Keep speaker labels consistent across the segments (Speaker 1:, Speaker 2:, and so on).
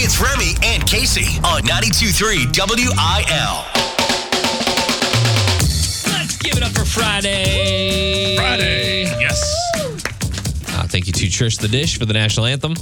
Speaker 1: It's Remy and Casey on 92.3 WIL.
Speaker 2: Let's give it up for Friday.
Speaker 3: Friday. Yes.
Speaker 2: Uh, thank you to Trish the Dish for the national anthem.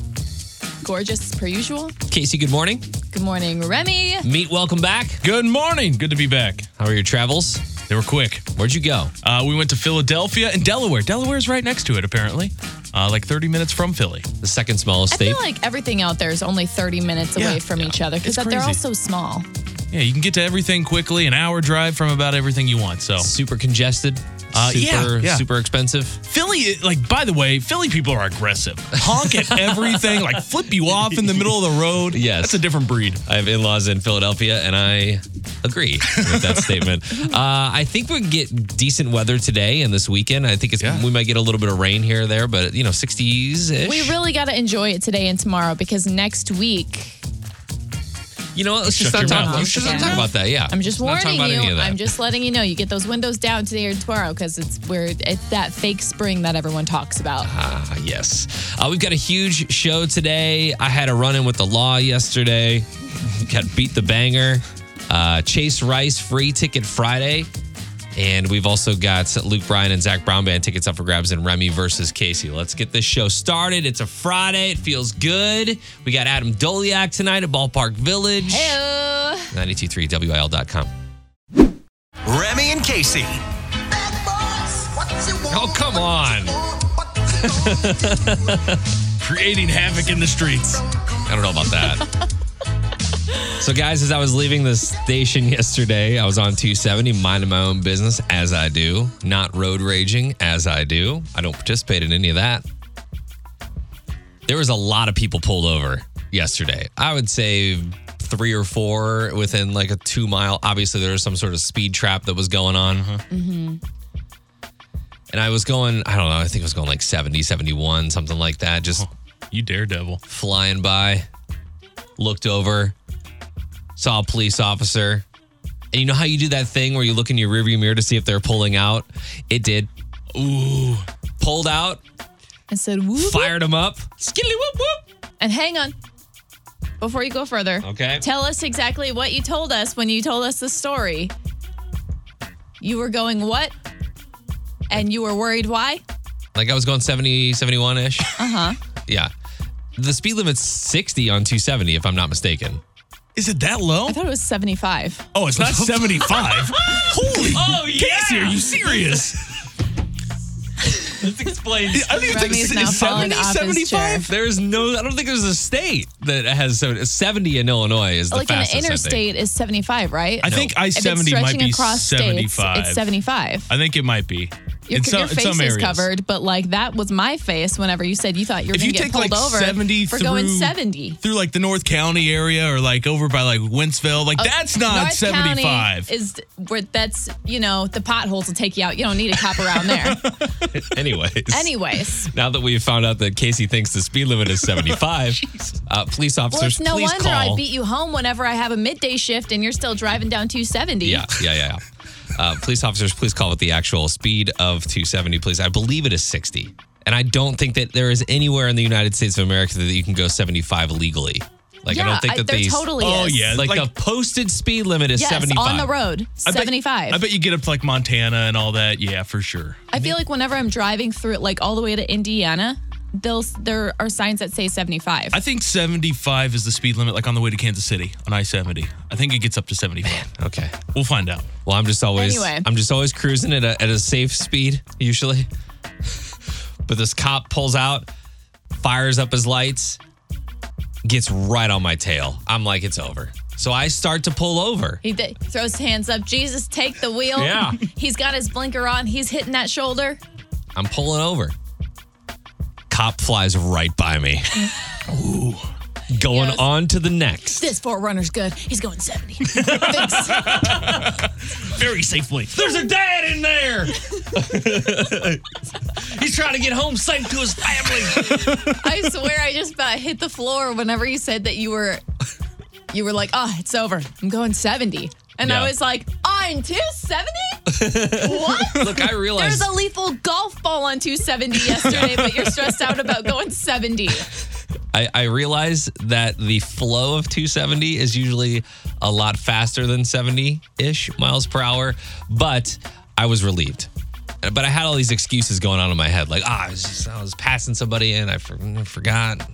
Speaker 4: gorgeous per usual.
Speaker 2: Casey, good morning.
Speaker 4: Good morning, Remy.
Speaker 2: Meet, welcome back.
Speaker 3: Good morning. Good to be back.
Speaker 2: How are your travels?
Speaker 3: They were quick.
Speaker 2: Where'd you go?
Speaker 3: Uh, we went to Philadelphia and Delaware. Delaware's right next to it, apparently. Uh, like 30 minutes from Philly.
Speaker 2: The second smallest
Speaker 4: I
Speaker 2: state.
Speaker 4: feel like everything out there is only 30 minutes
Speaker 3: Yeah,
Speaker 4: away from
Speaker 3: yeah.
Speaker 4: each other
Speaker 3: It's
Speaker 4: because they're all
Speaker 3: crazy.
Speaker 4: so small.
Speaker 3: Yeah, you can get to everything quickly, an hour drive from about everything you want. So,
Speaker 2: super congested.
Speaker 3: Uh, yeah,
Speaker 2: super,
Speaker 3: yeah.
Speaker 2: super expensive.
Speaker 3: Philly, like, by the way, Philly people are aggressive. Honk at everything, like, flip you off in the middle of the road.
Speaker 2: Yes.
Speaker 3: That's a different breed.
Speaker 2: I have in laws in Philadelphia, and I agree with that statement. Uh, I think we get decent weather today and this weekend. I think it's
Speaker 3: Yeah.
Speaker 2: we might get a little bit of rain here or there, but you know, 60s ish.
Speaker 4: We really got to enjoy it today and tomorrow because next week,
Speaker 2: you know what? Let's just
Speaker 3: Shut
Speaker 2: not
Speaker 3: your
Speaker 2: talk,
Speaker 3: mouth.
Speaker 2: let's just not
Speaker 4: Yeah.
Speaker 2: talk about that. Yeah.
Speaker 4: I'm just
Speaker 2: Let's not talk
Speaker 4: warning
Speaker 2: about any
Speaker 4: you.
Speaker 2: of that.
Speaker 4: I'm just letting you know. You get those windows down today or tomorrow because it's where it's that fake spring that everyone talks about.
Speaker 2: Ah, yes. Uh, we've got a huge show today. I had a run in with the law yesterday. got beat the banger. Uh, Chase Rice free ticket Friday. And we've also got Luke Bryan and Zach Brown band tickets up for grabs in Remy versus Casey. Let's get this show started. It's a Friday. It feels good. We got Adam Doliak tonight at Ballpark Village.
Speaker 4: Heyo.
Speaker 2: 923wil.com.
Speaker 1: Remy and Casey.
Speaker 2: Oh, come on.
Speaker 3: Creating havoc in the streets.
Speaker 2: I don't know about that. so, guys, as I was leaving the station yesterday, I was on 270, minding my own business as I do, not road raging as I do. I don't participate in any of that. There was a lot of people pulled over yesterday. I would say three or four within like a two mile. Obviously, there was some sort of speed trap that was going on. And I was going, I don't know, I think it was going like 70, 71, something like that. Just
Speaker 3: You daredevil.
Speaker 2: flying by, looked over, saw a police officer. And you know how you do that thing where you look in your rearview mirror to see if they're pulling out? It did. Ooh. Pulled out,
Speaker 4: I said, whoop, whoop.
Speaker 2: fired him up. Skiddly whoop whoop.
Speaker 4: And hang on. Before you go further,
Speaker 2: Okay.
Speaker 4: tell us exactly what you told us when you told us the story. You were going what? And you were worried why?
Speaker 2: Like I was going 70, 71 ish. Uh huh. Yeah. The speed limit's 60 on 270, if I'm not mistaken.
Speaker 3: Is it that low?
Speaker 4: I thought it was 75.
Speaker 3: Oh, it's not 75. Holy.
Speaker 2: Oh, yeah.
Speaker 3: Casey, are you serious?
Speaker 2: Let's explain.
Speaker 3: I don't even think
Speaker 4: Remy is
Speaker 3: it's
Speaker 4: now falling
Speaker 3: 70,
Speaker 4: off his
Speaker 3: 75.
Speaker 4: chair.
Speaker 2: There's no, I don't think there's a state that has 70. 70 in Illinois is the
Speaker 4: like an
Speaker 2: fastest. I think.
Speaker 4: interstate is 75, right?
Speaker 3: I think I
Speaker 4: If it's
Speaker 3: 70 might
Speaker 4: stretching
Speaker 3: be
Speaker 4: across
Speaker 3: 75.
Speaker 4: States, it's 75.
Speaker 3: I think it might be.
Speaker 4: Your, your face is covered, but like that was my face whenever you said you thought you were
Speaker 3: If
Speaker 4: going
Speaker 3: you
Speaker 4: to get
Speaker 3: take like
Speaker 4: pulled over
Speaker 3: 70
Speaker 4: for
Speaker 3: through,
Speaker 4: going 70.
Speaker 3: through like the North County area or like over by like Wentzville,
Speaker 2: Uh,
Speaker 3: like that's not
Speaker 4: North
Speaker 3: 75.
Speaker 4: County is where that's, you know, the potholes will take you out. You don't need a cop around there.
Speaker 2: Anyways.
Speaker 4: Anyways.
Speaker 2: Now that we've found out that Casey thinks the speed limit is 75, uh, police
Speaker 4: Well,
Speaker 2: officers,
Speaker 4: it's no
Speaker 2: please
Speaker 4: wonder
Speaker 2: call.
Speaker 4: I beat you home whenever I have a midday shift and you're still driving down 270.
Speaker 2: yeah, yeah, yeah. yeah. Uh, police officers, please call with the actual speed of 270, please. I believe it is 60. And I don't think that there is anywhere in the United States of America that you can go 75 legally. Like,
Speaker 4: yeah,
Speaker 2: I don't think that
Speaker 4: there
Speaker 2: these.
Speaker 4: totally
Speaker 3: Oh,
Speaker 4: is.
Speaker 3: yeah.
Speaker 2: Like,
Speaker 3: Like-
Speaker 2: the posted speed limit is
Speaker 4: Yes,
Speaker 2: 75.
Speaker 4: on the road,
Speaker 3: I bet-
Speaker 4: 75.
Speaker 3: I bet you get up to like Montana and all that. Yeah, for sure.
Speaker 4: I feel like whenever I'm driving through, like all the way to Indiana, they'll, there are signs that say 75.
Speaker 3: I think 75 is the speed limit, like on the way to Kansas City on I 70. I think it gets up to 75.
Speaker 2: Okay.
Speaker 3: We'll find out.
Speaker 2: Well, I'm just always
Speaker 4: Anyway.
Speaker 2: I'm just always cruising at a at a safe speed usually. but this cop pulls out, fires up his lights, gets right on my tail. I'm like it's over. So I start to pull over.
Speaker 4: he th- throws his hands up. Jesus, take the wheel.
Speaker 2: Yeah.
Speaker 4: He's got his blinker on. He's hitting that shoulder.
Speaker 2: I'm pulling over. Cop flies right by me. Ooh. Going
Speaker 4: Yes.
Speaker 2: on to the next.
Speaker 4: This forerunner's good. He's going 70. Thanks.
Speaker 3: Very safely.
Speaker 2: There's a dad in there. He's trying to get home safe to his family.
Speaker 4: I swear I just about hit the floor whenever you said that you were you were like, oh, it's over. I'm going 70. And
Speaker 2: Yeah.
Speaker 4: I was like, on 270? what?
Speaker 2: Look, I realized
Speaker 4: There's a lethal golf ball on 270 yesterday, but you're stressed out about going 70.
Speaker 2: I, I realize that the flow of 270 is usually a lot faster than 70 ish miles per hour, but I was relieved. But I had all these excuses going on in my head, like ah, I was, just- I was passing somebody and I for- forgot.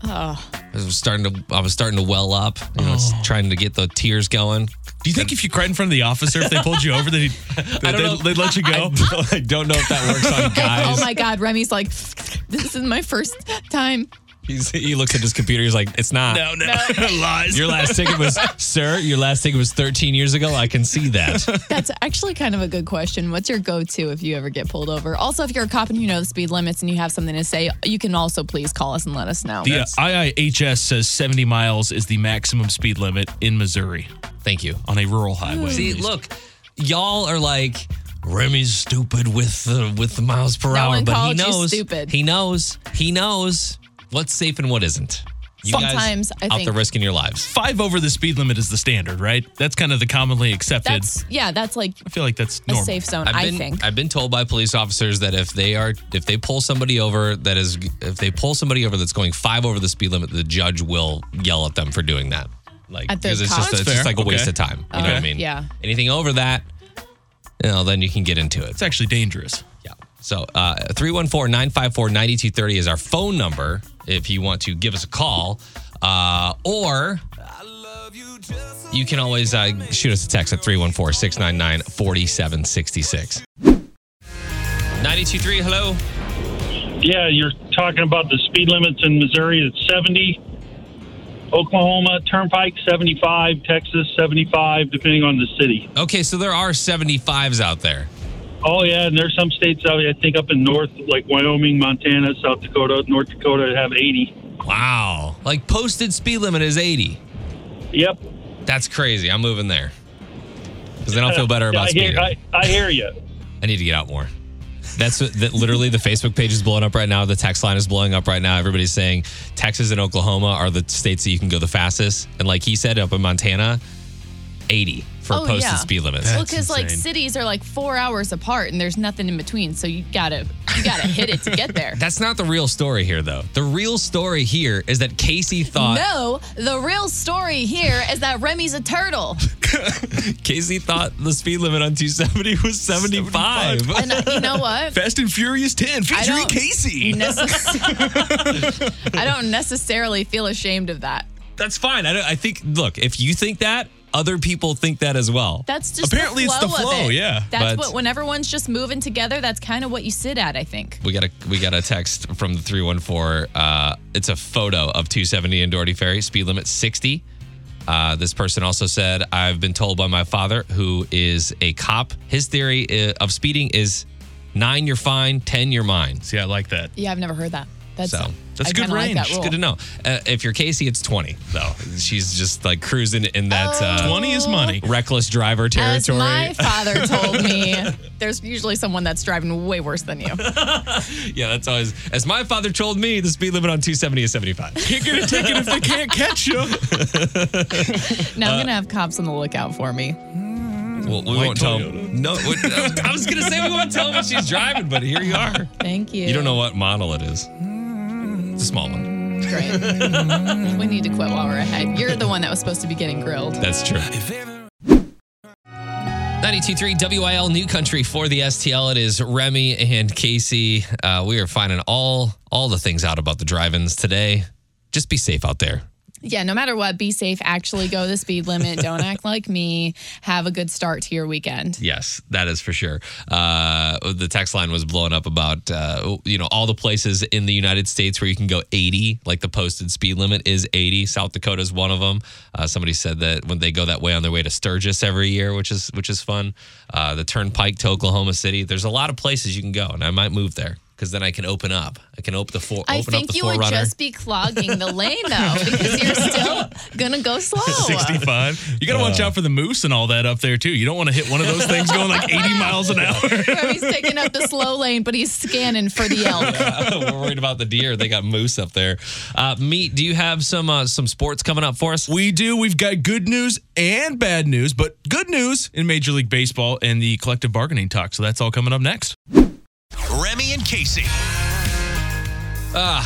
Speaker 2: I was starting to, I was starting to well up. You know, it's trying to get the tears going.
Speaker 3: Do you think if you cried in front of the officer, if they pulled you over, they'd,
Speaker 2: I don't know.
Speaker 3: they'd, they'd let you go?
Speaker 2: I don't know if that works on
Speaker 4: Oh
Speaker 2: guys.
Speaker 4: my God, Remy's like, this is my first time.
Speaker 2: He's, he looks at his computer. He's like, it's not.
Speaker 3: no, no. Lies.
Speaker 2: Your last ticket was, sir, your last ticket was 13 years ago. I can see that.
Speaker 4: That's actually kind of a good question. What's your go to if you ever get pulled over? Also, if you're a cop and you know the speed limits and you have something to say, you can also please call us and let us know.
Speaker 3: The uh, IIHS says 70 miles is the maximum speed limit in Missouri
Speaker 2: Thank you.
Speaker 3: on a rural highway.
Speaker 2: See, look, y'all are like, Remy's stupid with the with the miles per
Speaker 4: No
Speaker 2: hour,
Speaker 4: one
Speaker 2: but he
Speaker 4: called you
Speaker 2: knows.
Speaker 4: stupid.
Speaker 2: He knows. He knows what's safe and what isn't. You
Speaker 4: Sometimes, I
Speaker 2: guys out
Speaker 4: think.
Speaker 2: there risking your lives.
Speaker 3: Five over the speed limit is the standard, right? That's kind of the commonly accepted.
Speaker 4: That's, yeah, that's like
Speaker 3: I feel like that's
Speaker 4: a
Speaker 3: normal.
Speaker 4: safe zone,
Speaker 2: I've
Speaker 4: I
Speaker 2: been,
Speaker 4: think.
Speaker 2: I've been told by police officers that if they are if they pull somebody over that is if they pull somebody over that's going five over the speed limit, the judge will yell at them for doing that. Like
Speaker 4: At the
Speaker 2: because it's
Speaker 4: cops?
Speaker 2: just it's
Speaker 3: That's
Speaker 2: just
Speaker 3: fair.
Speaker 2: like a waste
Speaker 3: Okay.
Speaker 2: of time. You know what I mean?
Speaker 4: yeah.
Speaker 2: Anything over that, you know, then you can get into it.
Speaker 3: It's actually dangerous.
Speaker 2: Yeah. So uh, 314-954-9230 is our phone number if you want to give us a call. Uh, or you can always uh, shoot us a text at 314-699-4766. 923, hello.
Speaker 5: Yeah, you're talking about the speed limits in Missouri. It's 70. Oklahoma Turnpike 75, Texas 75, depending on the city.
Speaker 2: Okay, so there are 75s out there.
Speaker 5: Oh yeah, and there's some states out I think up in north like Wyoming, Montana, South Dakota, North Dakota have 80.
Speaker 2: Wow. Like posted speed limit is 80.
Speaker 5: Yep.
Speaker 2: That's crazy. I'm moving there. Because then I'll feel better about
Speaker 5: I hear
Speaker 2: speeding.
Speaker 5: I, I hear you.
Speaker 2: I need to get out more. That's what- that literally the Facebook page is blowing up right now. The text line is blowing up right now. Everybody's saying Texas and Oklahoma are the states that you can go the fastest. And like he said, up in Montana, 80 for
Speaker 4: Oh,
Speaker 2: posted
Speaker 4: yeah.
Speaker 2: speed limits.
Speaker 4: Well,
Speaker 3: That's
Speaker 4: because like
Speaker 3: insane.
Speaker 4: cities are like four hours apart and there's nothing in between, so you gotta you gotta hit it to get there.
Speaker 2: That's not the real story here, though. The real story here is that Casey thought
Speaker 4: No, the real story here is that Remy's a turtle.
Speaker 2: Casey thought the speed limit on 270 was 75.
Speaker 4: And uh, you know what?
Speaker 3: Fast and Furious 10 featuring
Speaker 4: don't-
Speaker 3: Casey.
Speaker 4: Necess- I don't necessarily feel ashamed of that.
Speaker 2: That's fine. I, don't, I think. Look, if you think that, other people think that as well.
Speaker 4: That's just
Speaker 3: Apparently
Speaker 4: the
Speaker 3: it's
Speaker 4: flow
Speaker 3: the
Speaker 4: of
Speaker 3: flow,
Speaker 4: it.
Speaker 3: yeah,
Speaker 4: That's
Speaker 2: but-
Speaker 4: what when everyone's just moving together, that's kind of what you sit at, I think.
Speaker 2: We got a we got a text from the 314. Uh, it's a photo of 270 in Doherty Ferry, speed limit 60. Uh, this person also said, "I've been told by my father, who is a cop, his theory i- of speeding is nine, you're fine; ten, you're mine."
Speaker 3: See, I like that.
Speaker 4: Yeah, I've never heard that. That's
Speaker 2: So
Speaker 3: that's
Speaker 4: I
Speaker 3: good
Speaker 4: kinda
Speaker 3: range.
Speaker 4: Like that
Speaker 3: It's
Speaker 4: rule.
Speaker 2: It's good to know. Uh, if you're Casey, it's 20 though. She's just like cruising in that uh,
Speaker 3: 20 is money.
Speaker 2: reckless driver
Speaker 4: Oh. As
Speaker 2: territory.
Speaker 4: my father told me, there's usually someone that's driving way worse than you.
Speaker 2: yeah, that's always. As my father told me, the speed limit on 270 is 75.
Speaker 3: Can't get a ticket if they can't catch you.
Speaker 4: Now
Speaker 2: Uh,
Speaker 4: I'm gonna have cops on the lookout for me.
Speaker 2: Well, we
Speaker 3: White
Speaker 2: won't tell.
Speaker 3: Toyota.
Speaker 2: No, we- I was gonna say we won't tell what she's driving, but here you are.
Speaker 4: Thank you.
Speaker 2: You don't know what model it is. It's a small one.
Speaker 4: Great. we need to quit while we're ahead. You're the one that was supposed to be getting grilled.
Speaker 2: That's true. 92.3 WIL New Country for the STL. It is Remy and Casey. Uh, we are finding all all the things out about the drive-ins today. Just be safe out there.
Speaker 4: Yeah, no matter what, be safe. Actually go the speed limit. Don't act like me. Have a good start to your weekend.
Speaker 2: Yes, that is for sure. Uh, the text line was blowing up about uh, you know all the places in the United States where you can go 80, like the posted speed limit is 80. South Dakota is one of them. Uh, somebody said that when they go that way on their way to Sturgis every year, which is which is fun. Uh, the Turnpike to Oklahoma City. There's a lot of places you can go, and I might move there because then I can open up. I can open the four.
Speaker 4: I
Speaker 2: open up
Speaker 4: think
Speaker 2: the
Speaker 4: you would
Speaker 2: Forerunner.
Speaker 4: just be clogging the lane though, because you're still gonna go slow.
Speaker 3: 65. You got to watch out for the moose and all that up there, too. You don't want to hit one of those things going like 80 miles an hour.
Speaker 4: He's taking up the slow lane, but he's scanning for the elk.
Speaker 2: We're worried about the deer. They got moose up there. Uh, Meat, do you have some uh, some sports coming up for us?
Speaker 3: We do. We've got good news and bad news, but good news in Major League Baseball and the collective bargaining talk. So that's all coming up next.
Speaker 1: Remy and Casey.
Speaker 2: Uh,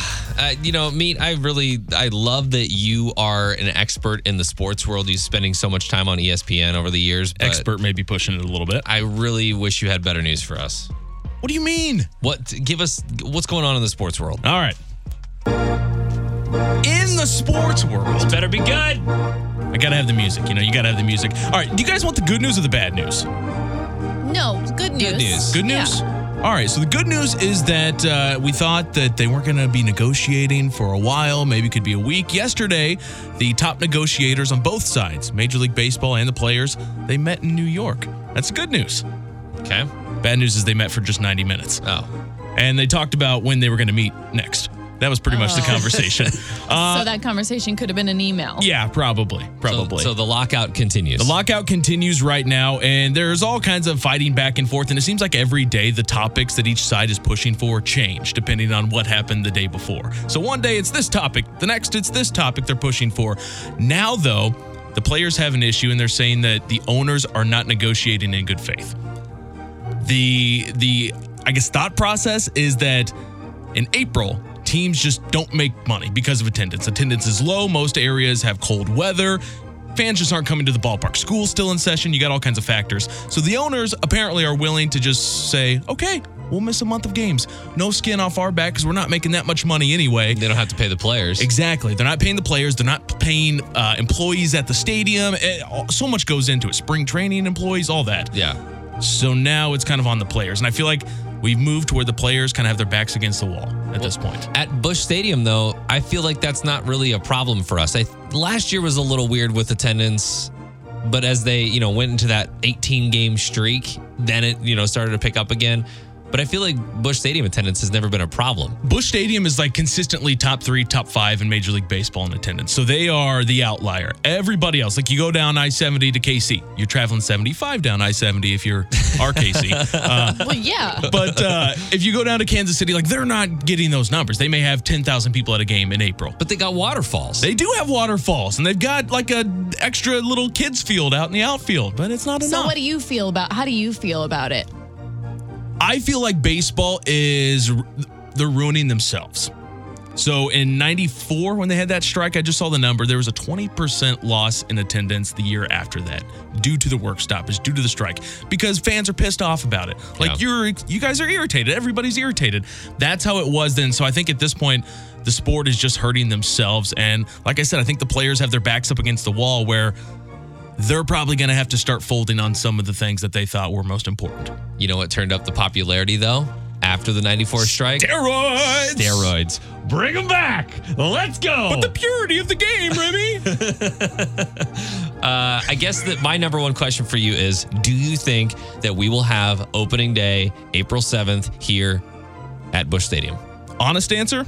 Speaker 2: you know, Meat, I really, I love that you are an expert in the sports world. You're spending so much time on E ESPN over the years. but
Speaker 3: Expert may be pushing it a little bit.
Speaker 2: I really wish you had better news for us.
Speaker 3: What do you mean?
Speaker 2: What? Give us what's going on in the sports world.
Speaker 3: All right. In the sports world, it better be good. I gotta have the music. You know, you gotta have the music. All right. Do you guys want the good news or the bad news?
Speaker 4: No, good news.
Speaker 2: news.
Speaker 3: Good
Speaker 4: Yeah.
Speaker 3: news. All right. So the good news is that uh, we thought that they weren't going to be negotiating for a while. Maybe it could be a week. Yesterday, the top negotiators on both sides, Major League Baseball and the players, they met in New York. That's good news.
Speaker 2: Okay.
Speaker 3: Bad news is they met for just 90 minutes.
Speaker 2: Oh,
Speaker 3: And they talked about when they were going to meet next. That was pretty much the conversation. uh,
Speaker 4: so that conversation could have been an email.
Speaker 3: yeah, probably.
Speaker 2: So-
Speaker 3: Probably.
Speaker 2: So, the lockout continues.
Speaker 3: The lockout continues right now, and there's all kinds of fighting back and forth. And it seems like every day the topics that each side is pushing for change depending on what happened the day before. So one day it's this topic, the next it's this topic they're pushing for. Now, though, the players have an issue, and they're saying that the owners are not negotiating in good faith. The the I guess thought process is that in April, teams just don't make money because of attendance. Attendance is low. Most areas have cold weather. Fans just aren't coming to the ballpark. School's still in session. You got all kinds of factors. So the owners apparently are willing to just say, okay, we'll miss a month of games. No skin off our back because we're not making that much money anyway.
Speaker 2: they don't have to pay the players.
Speaker 3: Exactly. They're not paying the players. They're not paying uh, employees at the stadium. Eh, all- so much goes into it. Spring training employees, all that.
Speaker 2: Yeah.
Speaker 3: So now it's kind of on the players. And I feel like we've moved to where the players kind of have their backs against the wall at this point.
Speaker 2: At Bush Stadium, though, I feel like that's not really a problem for us. I last year was a little weird with attendance, but as they, you know, went into that 18 game streak, then it, you know, started to pick up again. But I feel like Bush Stadium attendance has never been a problem.
Speaker 3: Bush Stadium is like consistently top three, top five in Major League Baseball in attendance. So they are the outlier. Everybody else, like you go down I 70 to KC, you're traveling 75 down I 70 if you're our KC. Uh,
Speaker 4: Well, yeah.
Speaker 3: but uh, if you go down to Kansas City, like they're not getting those numbers. They may have 10,000 people at a game in April.
Speaker 2: But they got waterfalls.
Speaker 3: They do have waterfalls and they've got like a extra little kids field out in the outfield, but it's not
Speaker 4: so
Speaker 3: enough.
Speaker 4: what do you feel about? How do you feel about it?
Speaker 3: I feel like baseball is they're ruining themselves. So in 94 when they had that strike, I just saw the number, there was a 20% loss in attendance the year after that due to the work stoppage, due to the strike because fans are pissed off about it. Like
Speaker 2: Yeah.
Speaker 3: you're you guys are irritated, everybody's irritated. That's how it was then. So I think at this point the sport is just hurting themselves and like I said, I think the players have their backs up against the wall where they're probably going to have to start folding on some of the things that they thought were most important.
Speaker 2: you know what turned up the popularity though after the 94 strike?
Speaker 3: Steroids.
Speaker 2: Steroids.
Speaker 3: Bring them back. Let's go. But the purity of the game, Remy.
Speaker 2: Uh, I guess that my number one question for you is Do you think that we will have opening day, April 7th, here at Bush Stadium?
Speaker 3: Honest answer?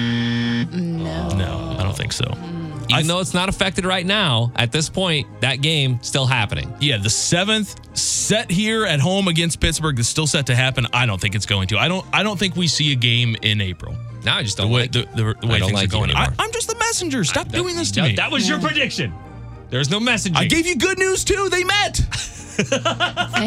Speaker 4: No.
Speaker 3: No, I don't think so.
Speaker 2: Even though it's not affected right now, at this point, that game still happening.
Speaker 3: Yeah, the seventh set here at home against Pittsburgh is still set to happen. I don't think it's going to. I don't. I don't think we see a game in April.
Speaker 2: Now I just
Speaker 3: The
Speaker 2: don't
Speaker 3: way
Speaker 2: like
Speaker 3: the, the, the way
Speaker 2: I don't like
Speaker 3: things are
Speaker 2: you
Speaker 3: going. I,
Speaker 2: anymore.
Speaker 3: I'm just the messenger. Stop doing this to
Speaker 2: that,
Speaker 3: me.
Speaker 2: That was your prediction. There's no messaging.
Speaker 3: I gave you good news too. They met.
Speaker 4: They,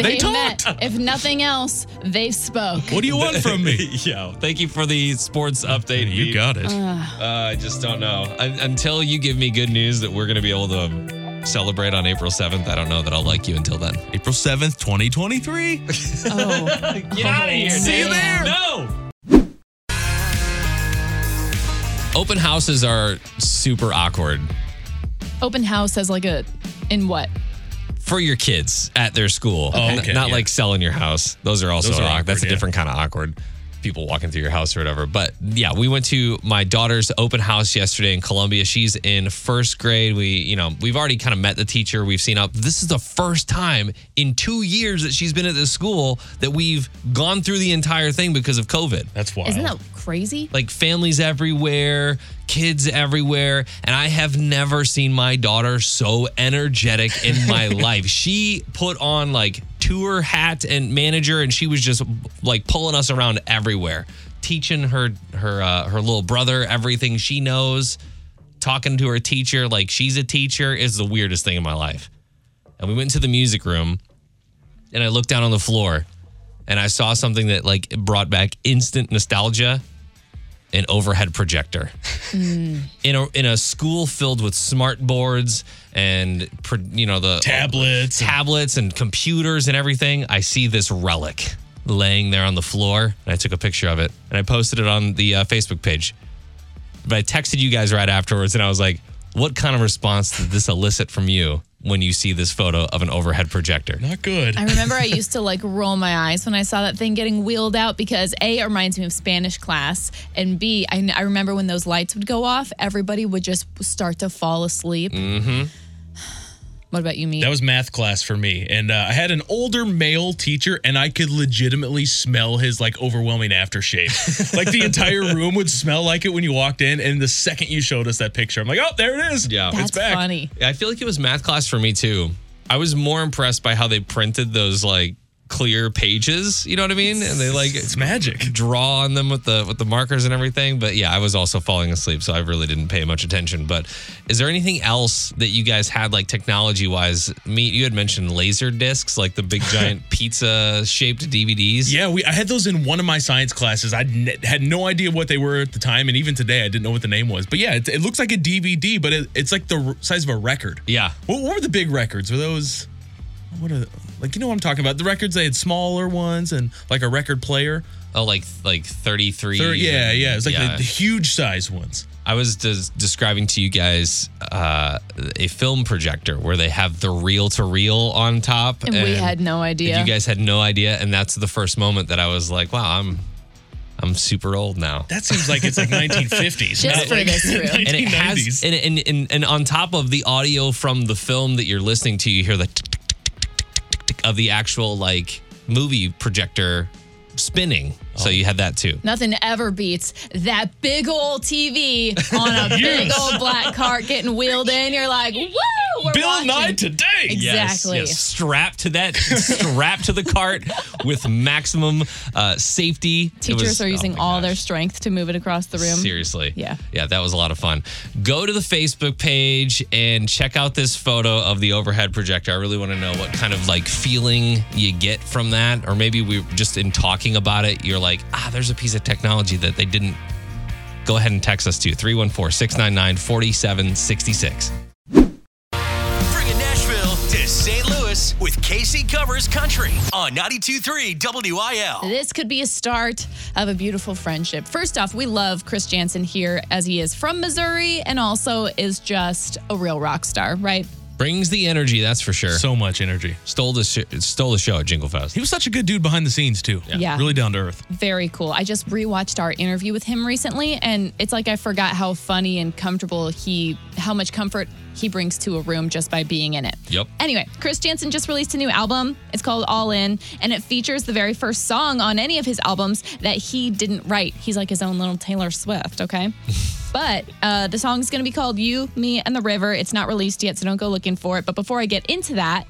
Speaker 3: They
Speaker 4: met. If nothing else, they spoke.
Speaker 3: What do you want from me?
Speaker 2: Yo, thank you for the sports update.
Speaker 3: you
Speaker 2: Heath.
Speaker 3: got it.
Speaker 2: Uh, I just don't know. Un until you give me good news that we're going to be able to celebrate on April 7th, I don't know that I'll like you until then.
Speaker 3: April seventh, twenty twenty three.
Speaker 4: oh.
Speaker 2: Get out of here.
Speaker 4: See you there.
Speaker 2: No. Open houses are super awkward
Speaker 4: Open house as like a in what?
Speaker 2: for your kids at their school.
Speaker 3: Oh, okay,
Speaker 2: Not
Speaker 3: yeah.
Speaker 2: like selling your house. Those are also
Speaker 3: Those are
Speaker 2: awkward.
Speaker 3: awkward,
Speaker 2: That's a
Speaker 3: yeah.
Speaker 2: different kind of awkward. People walking through your house or whatever. But yeah, we went to my daughter's open house yesterday in Columbia. She's in first grade. We, you know, we've already kind of met the teacher. We've seen up. This is the first time in two years that she's been at this school that we've gone through the entire thing because of COVID.
Speaker 3: That's wild.
Speaker 4: Isn't that crazy?
Speaker 2: like families everywhere, kids everywhere, and I have never seen my daughter so energetic in my life. She put on like tour hat and manager and she was just like pulling us around everywhere, teaching her her uh, her little brother everything she knows, talking to her teacher like she's a teacher is the weirdest thing in my life. And we went into the music room and I looked down on the floor and I saw something that like brought back instant nostalgia an overhead projector in a in a school filled with smart boards and pro- you know the
Speaker 3: Tablets.
Speaker 2: tablets and computers and everything. I see this relic laying there on the floor, and I took a picture of it and I posted it on the uh, Facebook page. But I texted you guys right afterwards, and I was like, "What kind of response did this elicit from you when you see this photo of an overhead projector?"
Speaker 3: Not good.
Speaker 4: I remember I used to like roll my eyes when I saw that thing getting wheeled out because A, it reminds me of Spanish class. And B, I, I remember when those lights would go off, everybody would just start to fall asleep. Mm-hmm. What about you, me?
Speaker 3: That was math class for me. And uh, I had an older male teacher, and I could legitimately smell his like overwhelming aftershave. like the entire room would smell like it when you walked in. And the second you showed us that picture, I'm like, oh, there it is.
Speaker 2: Yeah.
Speaker 4: That's
Speaker 3: it's back.
Speaker 4: funny.
Speaker 2: Yeah, I feel like it was math class for me too. I was more impressed by how they printed those like clear pages. You know what I mean? And they like
Speaker 3: It's magic.
Speaker 2: draw on them with the with the markers and everything. But yeah, I was also falling asleep, so I really didn't pay much attention. But is there anything else that you guys had like technology wise? Me, you had mentioned laser discs, like the big giant pizza shaped DVDs.
Speaker 3: Yeah, we I had those in one of my science classes. I n- had no idea what they were at the time, and even today I didn't know what the name was. But yeah, it, it looks like a DVD, but it, it's like the r- size of a record.
Speaker 2: Yeah.
Speaker 3: What, what were the big records? Were those? What are like you know what I'm talking about? The records they had smaller ones and like a record player.
Speaker 2: Oh, like like thirty three.
Speaker 3: They're- yeah, yeah, it's like The, the huge size ones.
Speaker 2: I was des- describing to you guys uh, a film projector where they have the reel to reel on top,
Speaker 4: And we had no idea.
Speaker 2: You guys had no idea, and that's the first moment that I was like, "Wow, I'm, I'm super old now."
Speaker 3: That seems like it's like 1950s.
Speaker 4: Just
Speaker 3: not
Speaker 4: for
Speaker 3: like
Speaker 4: this room.
Speaker 2: and it has,
Speaker 3: 1990s.
Speaker 2: and, and, and and on top of the audio from the film that you're listening to, you hear the tick, tick, tick, tick, tick, tick, tick of the actual like movie projector spinning. So you had that too.
Speaker 4: Nothing ever beats that big old TV on a big old black cart getting wheeled in. You're like, woo! We're
Speaker 3: Bill
Speaker 4: watching.
Speaker 3: Nye today.
Speaker 4: Exactly.
Speaker 2: strapped to that, strapped to the cart with maximum uh, safety. It
Speaker 4: Teachers
Speaker 2: was-
Speaker 4: are
Speaker 2: oh
Speaker 4: using
Speaker 2: my
Speaker 4: all
Speaker 2: gosh.
Speaker 4: their strength to move it across the room.
Speaker 2: Seriously.
Speaker 4: Yeah.
Speaker 2: Yeah, that was a lot of fun. Go to the Facebook page and check out this photo of the overhead projector. I really want to know what kind of like feeling you get from that. Or maybe we just in talking about it, you're like, ah, there's a piece of technology that they didn't. Go ahead and text us to 314 699 4766.
Speaker 1: Bringing Nashville to St. Louis with Casey Covers Country on 92.3 WIL.
Speaker 4: This could be a start of a beautiful friendship. First off, we love Chris Jansen here as he is from Missouri and also is just a real rock star, right?
Speaker 2: Brings the energy, that's for sure.
Speaker 3: So much energy.
Speaker 2: stole the sh- stole the show at Jingle Fest.
Speaker 3: He was such a good dude behind the scenes too.
Speaker 4: Yeah.
Speaker 3: Really down to earth.
Speaker 4: Very cool. I just rewatched our interview with him recently and it's like I forgot how funny and comfortable he how much comfort he brings to a room just by being in it.
Speaker 2: Yep.
Speaker 4: Anyway, Chris Jansen just released a new album. It's called All In, and it features the very first song on any of his albums that he didn't write. He's like his own little Taylor Swift, okay? but uh, the song's gonna be called You, Me, and the River. It's not released yet, so don't go looking for it. But before I get into that,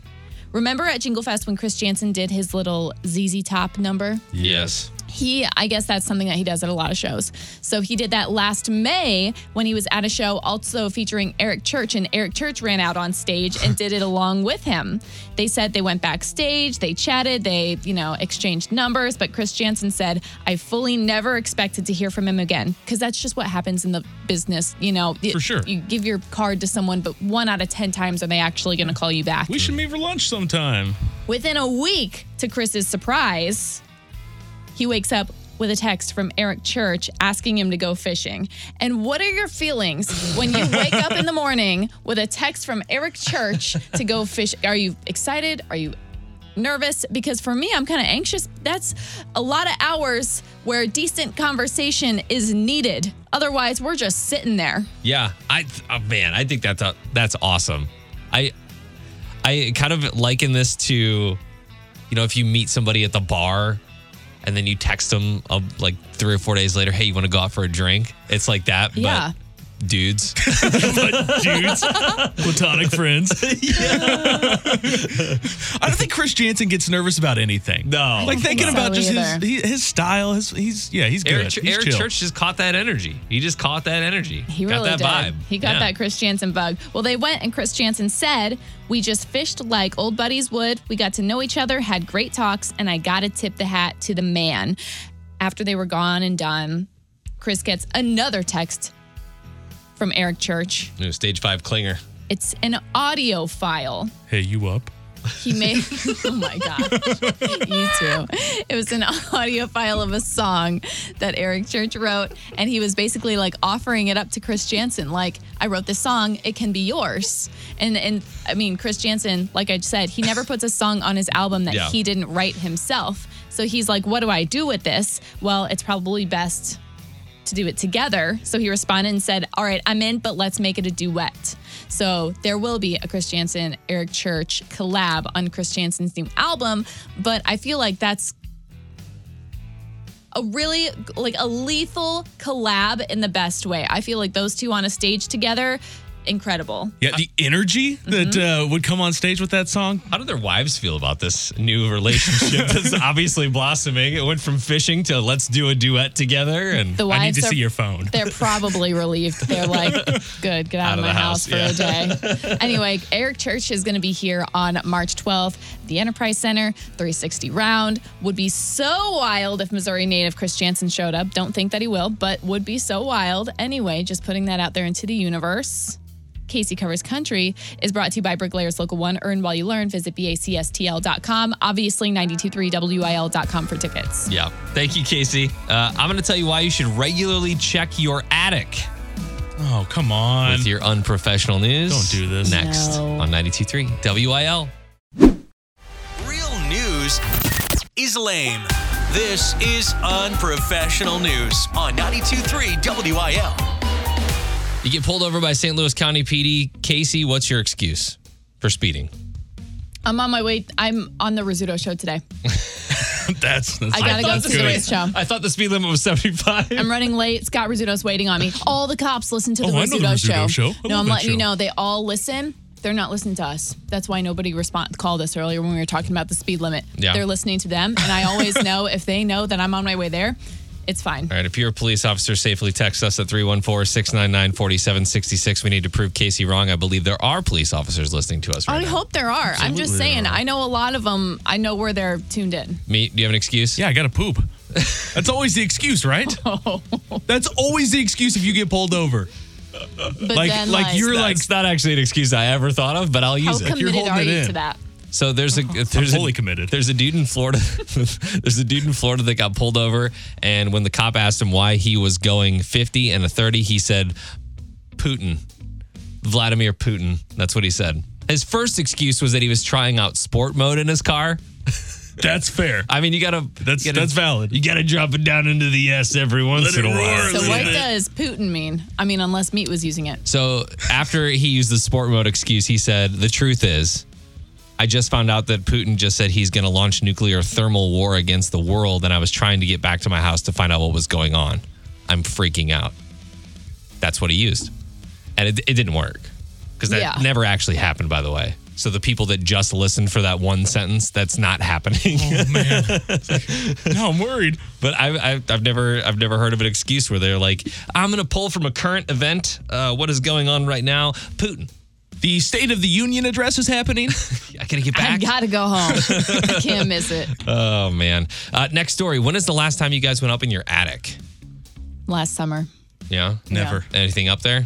Speaker 4: remember at Jingle Fest when Chris Jansen did his little ZZ Top number?
Speaker 2: Yes.
Speaker 4: he i guess that's something that he does at a lot of shows so he did that last may when he was at a show also featuring eric church and eric church ran out on stage and did it along with him they said they went backstage they chatted they you know exchanged numbers but chris jansen said i fully never expected to hear from him again because that's just what happens in the business you know
Speaker 3: For sure.
Speaker 4: you give your card to someone but one out of ten times are they actually going to call you back
Speaker 3: We should meet for lunch sometime.
Speaker 4: Within a week, to Chris's surprise, he wakes up with a text from Eric Church asking him to go fishing. And what are your feelings when you wake up in the morning with a text from Eric Church to go fish? Are you excited? Are you nervous? Because for me, I'm kind of anxious. That's a lot of hours where decent conversation is needed. Otherwise, we're just sitting there.
Speaker 2: Yeah. I oh, man, I think that's a, that's awesome. I I kind of liken this to you know if you meet somebody at the bar and then you text them uh, like 3 or 4 days later, "Hey, you want to go out for a drink?" It's like that,
Speaker 4: Yeah.
Speaker 2: but dudes.
Speaker 3: dudes, platonic friends. I don't think Chris Jansen gets nervous about anything. No, like thinking
Speaker 4: think
Speaker 3: about
Speaker 4: so
Speaker 3: just his,
Speaker 4: either.
Speaker 3: he- his style. His he's yeah he's good.
Speaker 2: Eric, Ch-
Speaker 3: He's
Speaker 2: Eric
Speaker 3: chill.
Speaker 2: Church just caught that energy. He just caught that energy.
Speaker 4: He really
Speaker 2: got that
Speaker 4: did.
Speaker 2: vibe.
Speaker 4: He got
Speaker 2: Yeah.
Speaker 4: that Chris Jansen bug. Well, they went and Chris Jansen said, "We just fished like old buddies would. We got to know each other, had great talks, and I got to tip the hat to the man." After they were gone and done, Chris gets another text from Eric Church.
Speaker 2: You know, stage five clinger.
Speaker 4: It's an audio file.
Speaker 3: Hey, you up?
Speaker 4: He made, oh my God, you too. It was an audio file of a song that Eric Church wrote, and he was basically like offering it up to Chris Jansen, like, I wrote this song, it can be yours. And, and I mean, Chris Jansen, like I said, he never puts a song on his album that
Speaker 2: Yeah.
Speaker 4: he didn't write himself. So he's like, What do I do with this? Well, it's probably best to do it together. So he responded and said, All right, I'm in, but let's make it a duet. So there will be a Chris Jansen, Eric Church collab on Chris Jansen's new album. But I feel like that's a really like a lethal collab in the best way. I feel like those two on a stage together, incredible.
Speaker 3: Yeah, the energy that
Speaker 4: Mm-hmm.
Speaker 3: uh, would come on stage with that song.
Speaker 2: How do their wives feel about this new relationship that's obviously blossoming? It went from fishing to let's do a duet together and
Speaker 4: The wives
Speaker 3: I need to
Speaker 4: are
Speaker 3: see your phone.
Speaker 4: They're probably relieved. They're like, good, get out, of my
Speaker 2: the
Speaker 4: house,
Speaker 2: house,
Speaker 4: for a day. Anyway, Eric Church is going to be here on March 12th, the Enterprise Center, 360 round. Would be so wild if Missouri native Chris Jansen showed up. Don't think that he will, but would be so wild. Anyway, just putting that out there into the universe. Casey Covers Country is brought to you by Bricklayers Local 1. Earn while you learn. Visit BACSTL.com. Obviously, 923WIL.com for tickets.
Speaker 2: Yeah. Thank you, Casey. Uh, I'm going to tell you why you should regularly check your attic
Speaker 3: Oh, come on.
Speaker 2: with your unprofessional news.
Speaker 3: Don't do this.
Speaker 2: Next
Speaker 4: No.
Speaker 2: on 92.3 WIL.
Speaker 1: Real news is lame. This is unprofessional news on 923 WIL.
Speaker 2: You get pulled over by St. Louis County PD. Casey, what's your excuse for speeding?
Speaker 4: I'm on my way. I'm on the Rizzuto show today.
Speaker 3: that's, that's
Speaker 4: I gotta go
Speaker 2: thought
Speaker 4: to
Speaker 2: this
Speaker 4: the
Speaker 2: was-
Speaker 4: race show.
Speaker 2: I thought the speed limit was 75.
Speaker 4: I'm running late. Scott Rizzuto's waiting on me. All the cops listen to the
Speaker 3: Oh, I know
Speaker 4: Rizzuto,
Speaker 3: the Rizzuto show. I
Speaker 4: No,
Speaker 3: love
Speaker 4: I'm
Speaker 3: that
Speaker 4: letting you
Speaker 3: show.
Speaker 4: know they all listen. They're not listening to us. That's why nobody respond- called us earlier when we were talking about the speed limit.
Speaker 2: Yeah.
Speaker 4: They're listening to them. And I always know if they know that I'm on my way there, it's fine.
Speaker 2: All right, if you're a police officer, safely text us at 314 699 4766. We need to prove Casey wrong. I believe there are police officers listening to us right
Speaker 4: I
Speaker 2: now.
Speaker 4: hope there are. I'm just saying, I know a lot of them, I know where they're tuned in.
Speaker 2: Me, do you have an excuse?
Speaker 3: Yeah, I gotta poop. That's always the excuse, right?
Speaker 4: Oh.
Speaker 3: That's always the excuse if you get pulled over.
Speaker 4: But
Speaker 3: Like-
Speaker 4: then,
Speaker 3: like
Speaker 4: like,
Speaker 3: you're
Speaker 2: That's not
Speaker 3: like-
Speaker 2: actually an excuse I ever thought of, but I'll
Speaker 4: how
Speaker 2: use it.
Speaker 3: you're
Speaker 4: committed
Speaker 3: holding
Speaker 4: are
Speaker 3: it
Speaker 4: you
Speaker 3: in.
Speaker 4: to that?
Speaker 2: So there's a there's
Speaker 3: fully
Speaker 2: a,
Speaker 3: committed.
Speaker 2: There's a dude in Florida. there's a dude in Florida that got pulled over, and when the cop asked him why he was going 50 and a 30, he said Putin, Vladimir Putin. That's what he said. His first excuse was that he was trying out sport mode in his car.
Speaker 3: That's fair.
Speaker 2: I mean, you gotta
Speaker 3: That's
Speaker 2: you gotta-
Speaker 3: that's valid.
Speaker 2: You gotta drop it down into the S every once
Speaker 3: Let
Speaker 2: in
Speaker 3: it
Speaker 2: a while.
Speaker 3: roar.
Speaker 4: So,
Speaker 3: Little
Speaker 4: what
Speaker 3: bit.
Speaker 4: does Putin mean? I mean, unless Meat was using it.
Speaker 2: So after he used the sport mode excuse, he said, "The truth is, I just found out that Putin just said he's going to launch nuclear thermal war against the world, and I was trying to get back to my house to find out what was going on. I'm freaking out." That's what he used, and it, it didn't work because that
Speaker 4: Yeah.
Speaker 2: never actually happened, by the way. So the people that just listened for that one sentence, that's not happening.
Speaker 3: No, I'm worried.
Speaker 2: But I, I, I've never, I've never heard of an excuse where they're like, "I'm going to pull from a current event. Uh, what is going on right now? Putin."
Speaker 3: The State of the Union address is happening.
Speaker 2: I gotta get
Speaker 4: I
Speaker 2: back.
Speaker 4: gotta go home. I can't miss it.
Speaker 2: oh man. Uh, next story. When is the last time you guys went up in your attic?
Speaker 4: Last summer.
Speaker 2: Yeah.
Speaker 3: Never.
Speaker 2: Anything up there?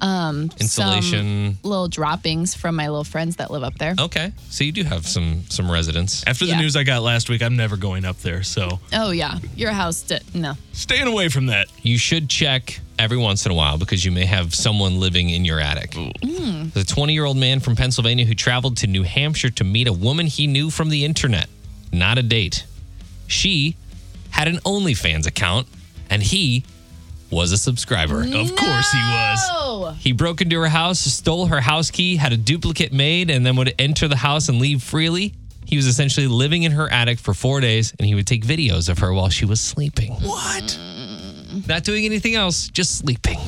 Speaker 2: Um. Insulation.
Speaker 4: some little droppings from my little friends that live up there. Oh,
Speaker 2: Okay. So you do have some some residents.
Speaker 3: After the
Speaker 4: Yeah.
Speaker 3: news I got last week, I'm never going up there. So
Speaker 4: Oh, yeah, your house. D- no,
Speaker 3: staying away from that.
Speaker 2: You should check every once in a while because you may have someone living in your attic. The 20 year old man from Pennsylvania who traveled to New Hampshire to meet a woman he knew from the internet. Not a date. She had an OnlyFans account and he was a subscriber.
Speaker 3: Of course he was.
Speaker 4: Oh,
Speaker 2: He broke into her house, stole her house key, had a duplicate made, and then would enter the house and leave freely. He was essentially living in her attic for four days, and he would take videos of her while she was sleeping.
Speaker 3: What?
Speaker 2: Not doing anything else, just sleeping.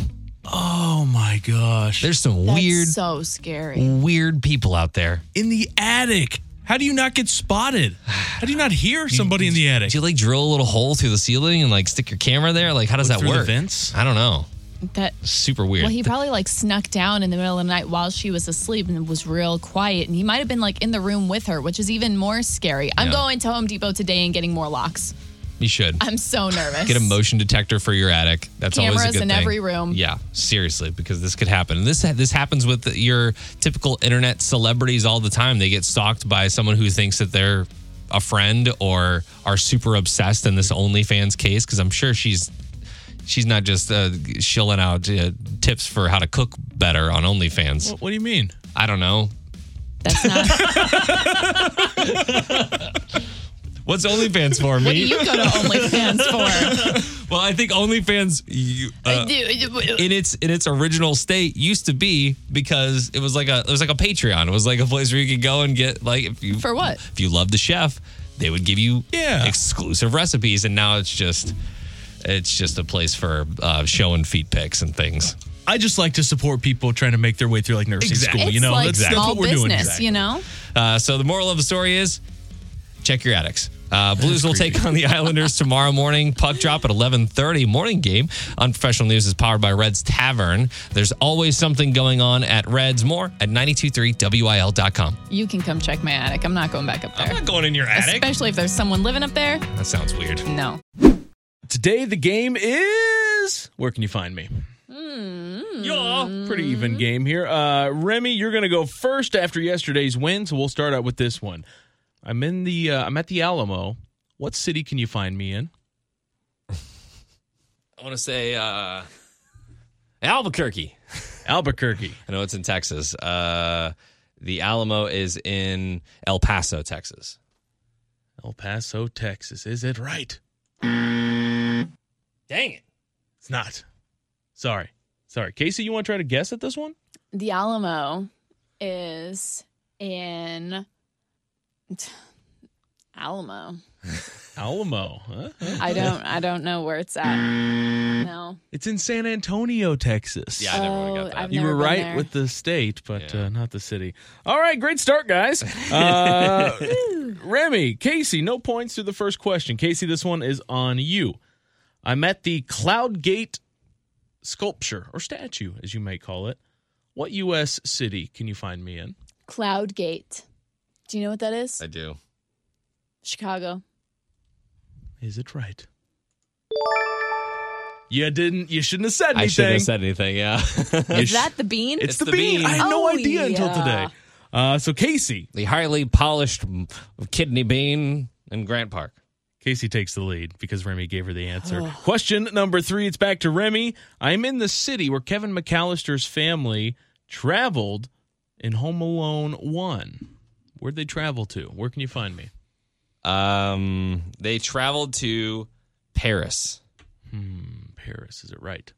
Speaker 3: Oh my gosh.
Speaker 2: There's some
Speaker 4: that's
Speaker 2: weird,
Speaker 4: so scary.
Speaker 2: weird people out there.
Speaker 3: In the attic. How do you not get spotted? How do you not hear somebody in the attic?
Speaker 2: Do you like drill a little hole through the ceiling and like stick your camera there? Like, how does
Speaker 3: Look
Speaker 2: that
Speaker 3: through the
Speaker 2: work?
Speaker 3: vents?
Speaker 2: I don't know.
Speaker 4: That.
Speaker 2: Super weird.
Speaker 4: Well, he probably like snuck down in the middle of the night while she was asleep and was real quiet. And he might have been like in the room with her, which is even more scary. I'm
Speaker 2: Yeah.
Speaker 4: going to Home Depot today and getting more locks.
Speaker 2: You should.
Speaker 4: I'm so nervous.
Speaker 2: Get a motion detector for your attic. That's always
Speaker 4: Cameras
Speaker 2: a good
Speaker 4: in
Speaker 2: thing.
Speaker 4: every room.
Speaker 2: Yeah, seriously, because this could happen. And this this happens with your typical internet celebrities all the time. They get stalked by someone who thinks that they're a friend or are super obsessed in this OnlyFans case. Because I'm sure she's she's not just uh, shilling out uh, tips for how to cook better on OnlyFans.
Speaker 3: What, what do you mean?
Speaker 2: I don't know.
Speaker 4: That's not.
Speaker 2: What's OnlyFans for
Speaker 4: what do
Speaker 2: me?
Speaker 4: you go to OnlyFans for?
Speaker 2: well, I think OnlyFans. You, uh, in its in its original state used to be because it was like a it was like a Patreon. It was like a place where you could go and get like if you
Speaker 4: For what?
Speaker 2: if you love the chef, they would give you
Speaker 3: Yeah.
Speaker 2: exclusive recipes, and now it's just it's just a place for uh, showing feet pics and things.
Speaker 3: I just like to support people trying to make their way through like nursing
Speaker 2: Exactly.
Speaker 3: school.
Speaker 4: It's
Speaker 3: You know,
Speaker 4: like
Speaker 3: that's, that's
Speaker 4: small
Speaker 3: what we're
Speaker 4: business,
Speaker 3: doing.
Speaker 4: you know?
Speaker 2: Uh, so the moral of the story is check your attics. Uh, Blues will take on the Islanders tomorrow morning. Puck drop at 11:30 morning game. Unprofessional News is powered by Reds Tavern. There's always something going on at Reds. More at 923wil.com.
Speaker 4: You can come check my attic. I'm not going back up there.
Speaker 2: going in your
Speaker 4: Especially if there's someone living up there.
Speaker 2: That sounds weird.
Speaker 4: No.
Speaker 3: Today the game is where can you find me? Yeah, pretty even game here. Uh, Remy, you're gonna go first after yesterday's win, so we'll start out with this one. I'm in the uh, I'm at the Alamo. What city can you find me in?
Speaker 2: I want to say uh, Albuquerque.
Speaker 3: Albuquerque.
Speaker 2: I know it's in Texas. Uh, the Alamo is in El Paso, Texas.
Speaker 3: El Paso, Texas. Is it right?
Speaker 2: Dang it.
Speaker 3: It's not. Sorry. Sorry. Casey, you want to try to guess at this one?
Speaker 4: The Alamo is in Alamo.
Speaker 3: Alamo, Uh-huh. huh?
Speaker 4: I don't I don't know where it's at. No. Oh,
Speaker 3: It's in San Antonio, Texas.
Speaker 2: Yeah, I never would've got that.
Speaker 4: I've
Speaker 3: You
Speaker 4: never
Speaker 3: were
Speaker 4: been
Speaker 3: right
Speaker 4: there.
Speaker 3: with the state, but
Speaker 2: Yeah.
Speaker 3: uh, not the city. All right, great start, guys. Uh, Remy, Casey, no points through the first question. Casey, this one is on you. I'm at the Cloud Gate sculpture or statue, as you may call it. What U.S. city can you find me in?
Speaker 4: Cloud Gate. Do you know what that is?
Speaker 2: I do.
Speaker 4: Chicago.
Speaker 3: Is it right? You didn't. You shouldn't have said anything.
Speaker 2: I shouldn't have said anything. Yeah.
Speaker 4: Is that the bean?
Speaker 3: It's,
Speaker 2: It's
Speaker 3: the,
Speaker 2: the
Speaker 3: bean.
Speaker 2: bean.
Speaker 3: I had no
Speaker 4: Oh,
Speaker 3: idea until
Speaker 4: yeah.
Speaker 3: today. Uh, so Casey,
Speaker 2: the highly polished m- kidney bean in Grant Park.
Speaker 3: Casey takes the lead because Remy gave her the answer. Question number three. It's back to Remy. I'm in the city where Kevin McAllister's family traveled in Home Alone One. Where'd they travel to? Where can you find me?
Speaker 2: Um, they traveled to Paris.
Speaker 3: Paris. Is it right?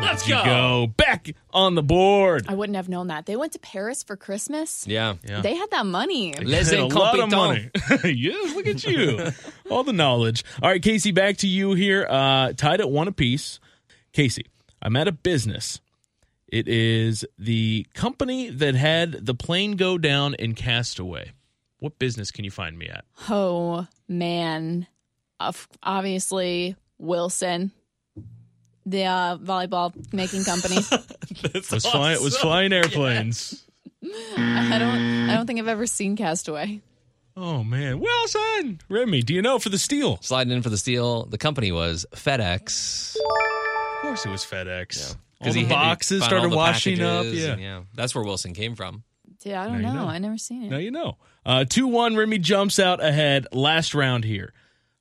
Speaker 3: Let's go. go back on the board.
Speaker 4: I wouldn't have known that. They went to Paris for Christmas.
Speaker 2: Yeah.
Speaker 3: Yeah.
Speaker 4: They had that money.
Speaker 2: Les
Speaker 3: a lot of
Speaker 2: incompetents.
Speaker 3: money. yes, look at you. All the knowledge. All right, Casey, back to you here. Uh, tied at one apiece. Casey, I'm at a business. It is the company that had the plane go down in Castaway. What business can you find me at?
Speaker 4: Oh man, of obviously Wilson, the uh, volleyball making company.
Speaker 3: It was flying. It was flying airplanes.
Speaker 4: I don't, I don't think I've ever seen Castaway.
Speaker 3: Oh man, well son, Remy, do you know for the steal?
Speaker 2: Sliding in for the steal. The company was FedEx.
Speaker 3: Of course, it was FedEx. All
Speaker 2: Because
Speaker 3: the
Speaker 2: he- he
Speaker 3: boxes
Speaker 2: found all
Speaker 3: started
Speaker 2: the
Speaker 3: washing up.
Speaker 2: packages,
Speaker 3: Yeah.
Speaker 2: and yeah. That's where Wilson came from.
Speaker 4: Dude, I don't know.
Speaker 3: Now you know.
Speaker 4: I never seen it.
Speaker 3: Now you know. Uh, 2 1, Remy jumps out ahead. Last round here.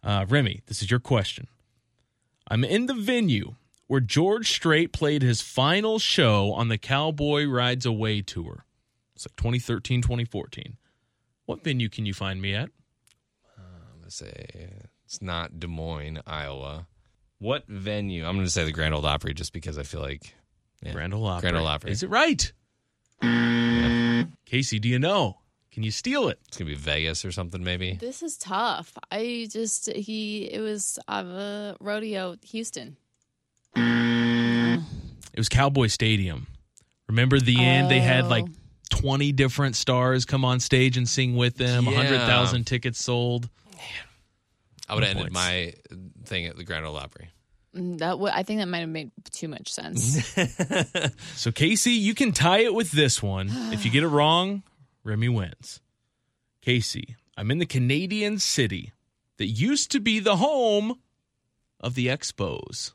Speaker 3: Uh, Remy, this is your question. I'm in the venue where George Strait played his final show on the Cowboy Rides Away tour. It's like 2013, 2014. What venue can you find me at?
Speaker 2: I'm going to say it's not Des Moines, Iowa. What venue? I'm going to say the Grand Old Opry just because I feel like. Yeah.
Speaker 3: Grand Ole Opry.
Speaker 2: Grand Ole Opry.
Speaker 3: Is it right? Casey, do you know? Can you steal it?
Speaker 2: It's going to be Vegas or something, maybe.
Speaker 4: This is tough. I just he it was uh, rodeo Houston.
Speaker 3: It was Cowboy Stadium. Remember the end? They had like
Speaker 4: Oh.
Speaker 3: 20 different stars come on stage and sing with them,
Speaker 2: Yeah.
Speaker 3: 100,000 tickets sold.
Speaker 2: I would have
Speaker 3: no
Speaker 2: ended my thing at the Grand Ole Opry.
Speaker 4: Mm, That w- I think that might have made too much sense.
Speaker 3: So, Casey, you can tie it with this one. If you get it wrong, Remy wins. Casey, I'm in the Canadian city that used to be the home of the Expos.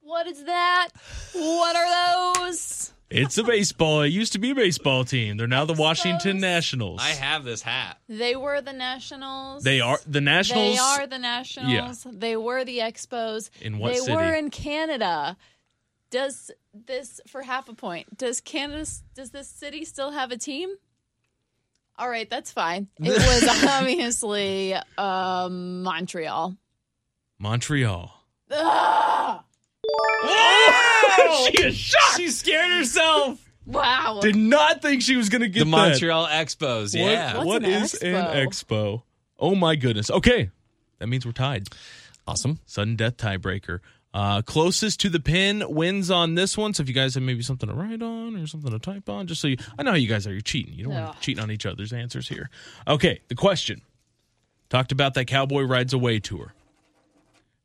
Speaker 4: What is that? What are those?
Speaker 3: It's a baseball. It used to be a baseball team. They're now the Washington Nationals.
Speaker 2: I have this hat.
Speaker 4: They were the Nationals.
Speaker 3: They are the Nationals.
Speaker 4: They are the Nationals. They were the Expos.
Speaker 3: In what
Speaker 4: they
Speaker 3: city?
Speaker 4: were in Canada. Does this for half a point? Does Canada? Does this city still have a team? All right, that's fine. It was obviously um, Montreal.
Speaker 3: Montreal.
Speaker 4: Ugh!
Speaker 3: she is shocked. She scared herself.
Speaker 4: Wow.
Speaker 3: Did not think she was going to get
Speaker 2: The
Speaker 3: that.
Speaker 2: Montreal Expos.
Speaker 3: What-
Speaker 2: Yeah.
Speaker 4: What's
Speaker 3: what
Speaker 4: an
Speaker 3: is an expo? Oh my goodness. Okay, that means we're tied.
Speaker 2: Awesome.
Speaker 3: Sudden death tiebreaker. Uh, closest to the pin wins on this one. So if you guys have maybe something to write on or something to type on, just so you, I know how you guys are. You're cheating. You don't want
Speaker 4: Ugh.
Speaker 3: to cheat on each other's answers here. Okay, the question talked about that Cowboy Rides Away tour.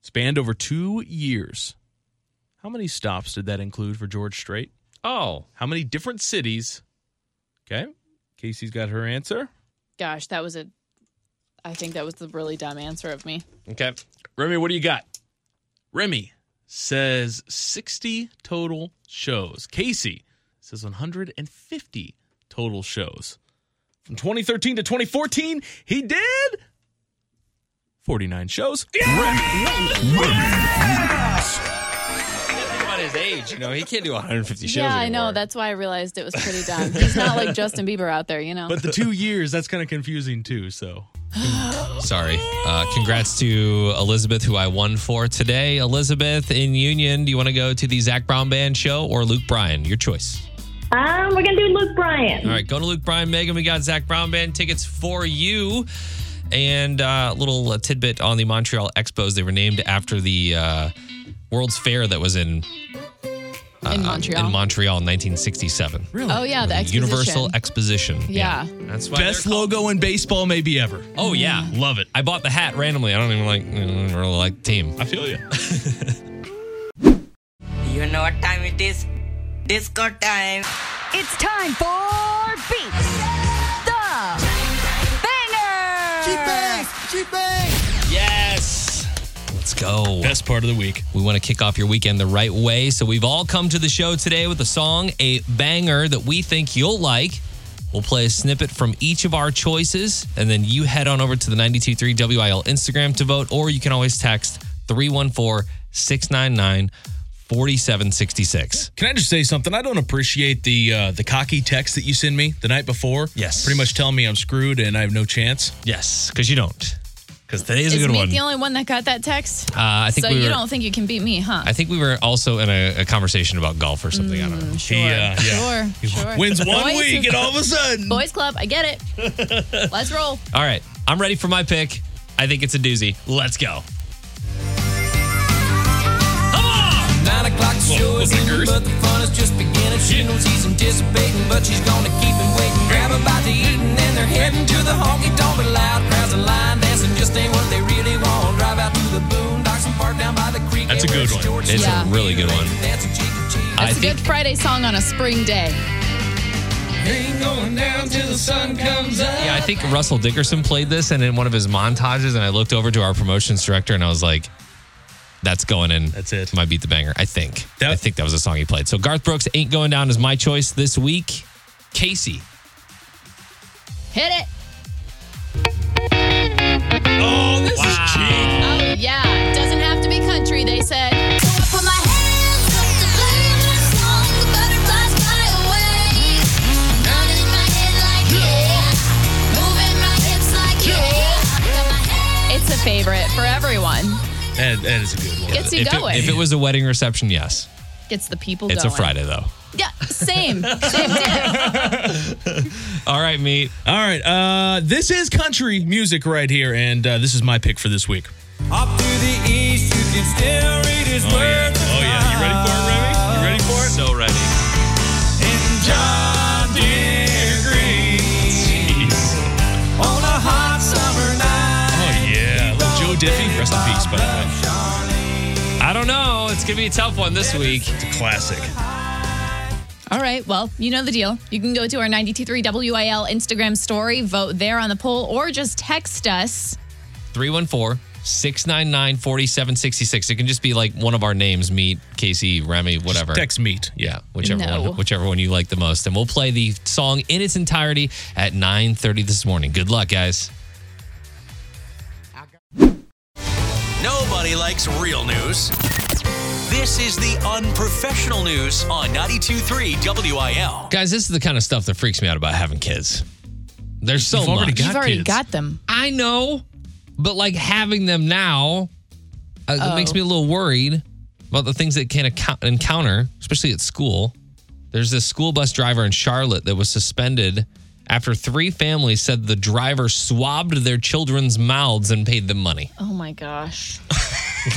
Speaker 3: Spanned over two years. How many stops did that include for George Strait?
Speaker 2: Oh,
Speaker 3: How many different cities? Okay, Casey's got her answer.
Speaker 4: Gosh, that was a. I think that was the really dumb answer of me.
Speaker 2: okay.
Speaker 3: Remy, what do you got? Remy says 60 total shows. Casey says 150 total shows. From 2013 to 2014, he did 49 shows.
Speaker 2: About his age, you know, he can't do 150 shows.
Speaker 4: yeah, I know.
Speaker 2: anymore.
Speaker 4: That's why I realized it was pretty dumb. He's not like Justin Bieber out there, you know.
Speaker 3: But the two years, that's kind of confusing too. So
Speaker 2: Sorry. Uh, congrats to Elizabeth, who I won for today. Elizabeth in Union, do you want to go to the Zach Brown Band show or Luke Bryan? Your choice.
Speaker 6: Um, we're gonna do Luke Bryan.
Speaker 2: All right, go to Luke Bryan. Megan, we got Zach Brown Band tickets for you. And uh, a little uh, tidbit on the Montreal Expos. They were named after the uh, World's Fair that was in,
Speaker 3: uh,
Speaker 4: in Montreal.
Speaker 2: in Montreal in 1967. Really?
Speaker 4: oh yeah, the exposition.
Speaker 2: Universal Exposition.
Speaker 4: Yeah.
Speaker 2: That's why.
Speaker 3: best
Speaker 2: they're called-
Speaker 3: logo in baseball maybe ever.
Speaker 2: Oh, yeah.
Speaker 3: Love it.
Speaker 2: I bought the hat randomly. I don't even like, I don't really like the team.
Speaker 3: I feel you.
Speaker 7: You know what time it is? Disco time.
Speaker 8: It's time for Beat the Banger.
Speaker 2: Yes. Let's go.
Speaker 3: Best part of the week.
Speaker 2: We want to kick off your weekend the right way. So we've all come to the show today with a song, a banger that we think you'll like. We'll play a snippet from each of our choices, and then you head on over to the 923 WIL Instagram to vote, or you can always text 314 699 4766.
Speaker 3: Can I just say something? I don't appreciate the uh, the cocky text that you send me the night before.
Speaker 2: Yes.
Speaker 3: Pretty much telling me I'm screwed and I have no chance.
Speaker 2: Yes, because you don't. Because today is,
Speaker 4: Is
Speaker 2: a good
Speaker 4: Meat
Speaker 2: one.
Speaker 4: the only one that got that text?
Speaker 2: uh, I think
Speaker 4: so
Speaker 2: we were,
Speaker 4: you don't think you can beat me, huh?
Speaker 2: I think we were also in a, a conversation about golf or something. I don't know.
Speaker 4: Mm, sure.
Speaker 3: Yeah,
Speaker 4: Sure. Sure.
Speaker 3: Wins one
Speaker 4: Boys-
Speaker 3: week and all of a sudden.
Speaker 4: Boys Club, I get it. Let's roll.
Speaker 2: All right, I'm ready for my pick. I think it's a doozy. Let's go.
Speaker 9: Nine o'clock show is even, but the fun is just beginning. She knows he's anticipating, but she's gonna keep him waiting. Grab a bite to eat, and then they're heading to the honky tonk. But loud crowds and line dancing just ain't what they really want. Drive out to the boondocks and park down by the creek.
Speaker 3: That's a good one.
Speaker 2: It's
Speaker 4: Yeah.
Speaker 2: a really good one.
Speaker 9: Dancing cheek to cheek.
Speaker 2: I
Speaker 4: It's a
Speaker 2: think
Speaker 4: good Friday song on a spring day.
Speaker 9: Ain't going down till the sun comes up.
Speaker 2: yeah, I think Russell Dickerson played this and in one of his montages and I looked over to our promotions director and I was like that's going in.
Speaker 3: That's it.
Speaker 2: My beat the banger. I think.
Speaker 3: That-
Speaker 2: I think that was a song he played. So Garth Brooks ain't going down is my choice this week. Casey.
Speaker 4: Hit it.
Speaker 3: Oh, this is cheap.
Speaker 4: Oh yeah. Doesn't have to be country, they said.
Speaker 10: Put my hands up to play my song. The butterflies fly away. Nodding my head like yeah, moving my hips like yeah. Got my hands.
Speaker 4: It's a favorite for everyone.
Speaker 3: That, that is a good one.
Speaker 4: Gets you
Speaker 2: if,
Speaker 4: going.
Speaker 2: It, if it was a wedding reception, yes.
Speaker 4: Gets the people
Speaker 2: It's
Speaker 4: going.
Speaker 2: a Friday though.
Speaker 4: Yeah. Same. Same deal.
Speaker 2: All right, meet.
Speaker 3: All right. Uh, this is country music right here, and uh, this is my pick for this week.
Speaker 9: Up through the east, you can still read his words.
Speaker 3: Oh, yeah. You ready for it, Remy? You ready for it?
Speaker 2: So ready.
Speaker 9: In John Deere Green. On a hot summer night.
Speaker 3: Oh, yeah. Little Joe Diffie. Rest in peace, by the way.
Speaker 2: I don't know. It's gonna be a tough one this week.
Speaker 3: It's a classic.
Speaker 4: All right. Well, you know the deal. You can go to our 923 WIL Instagram story, vote there on the poll, or just text us
Speaker 2: 314 699 4766. It can just be like one of our names, Meat, Casey, Remy, whatever.
Speaker 3: text Meat.
Speaker 2: Yeah, whichever
Speaker 4: No.
Speaker 2: one whichever one you like the most. And we'll play the song in its entirety at 9:30 this morning. Good luck, guys.
Speaker 1: Nobody likes real news. This is the unprofessional news on 92.3 WIL.
Speaker 2: Guys, this is the kind of stuff that freaks me out about having kids. There's so
Speaker 3: You've already
Speaker 2: much.
Speaker 3: got
Speaker 4: You've already
Speaker 3: kids.
Speaker 4: got them.
Speaker 2: I know, but like having them now, uh, it
Speaker 4: Oh.
Speaker 2: makes me a little worried about the things that can account- encounter, especially at school. There's this school bus driver in Charlotte that was suspended after three families said the driver swabbed their children's mouths and paid them money.
Speaker 4: Oh my gosh.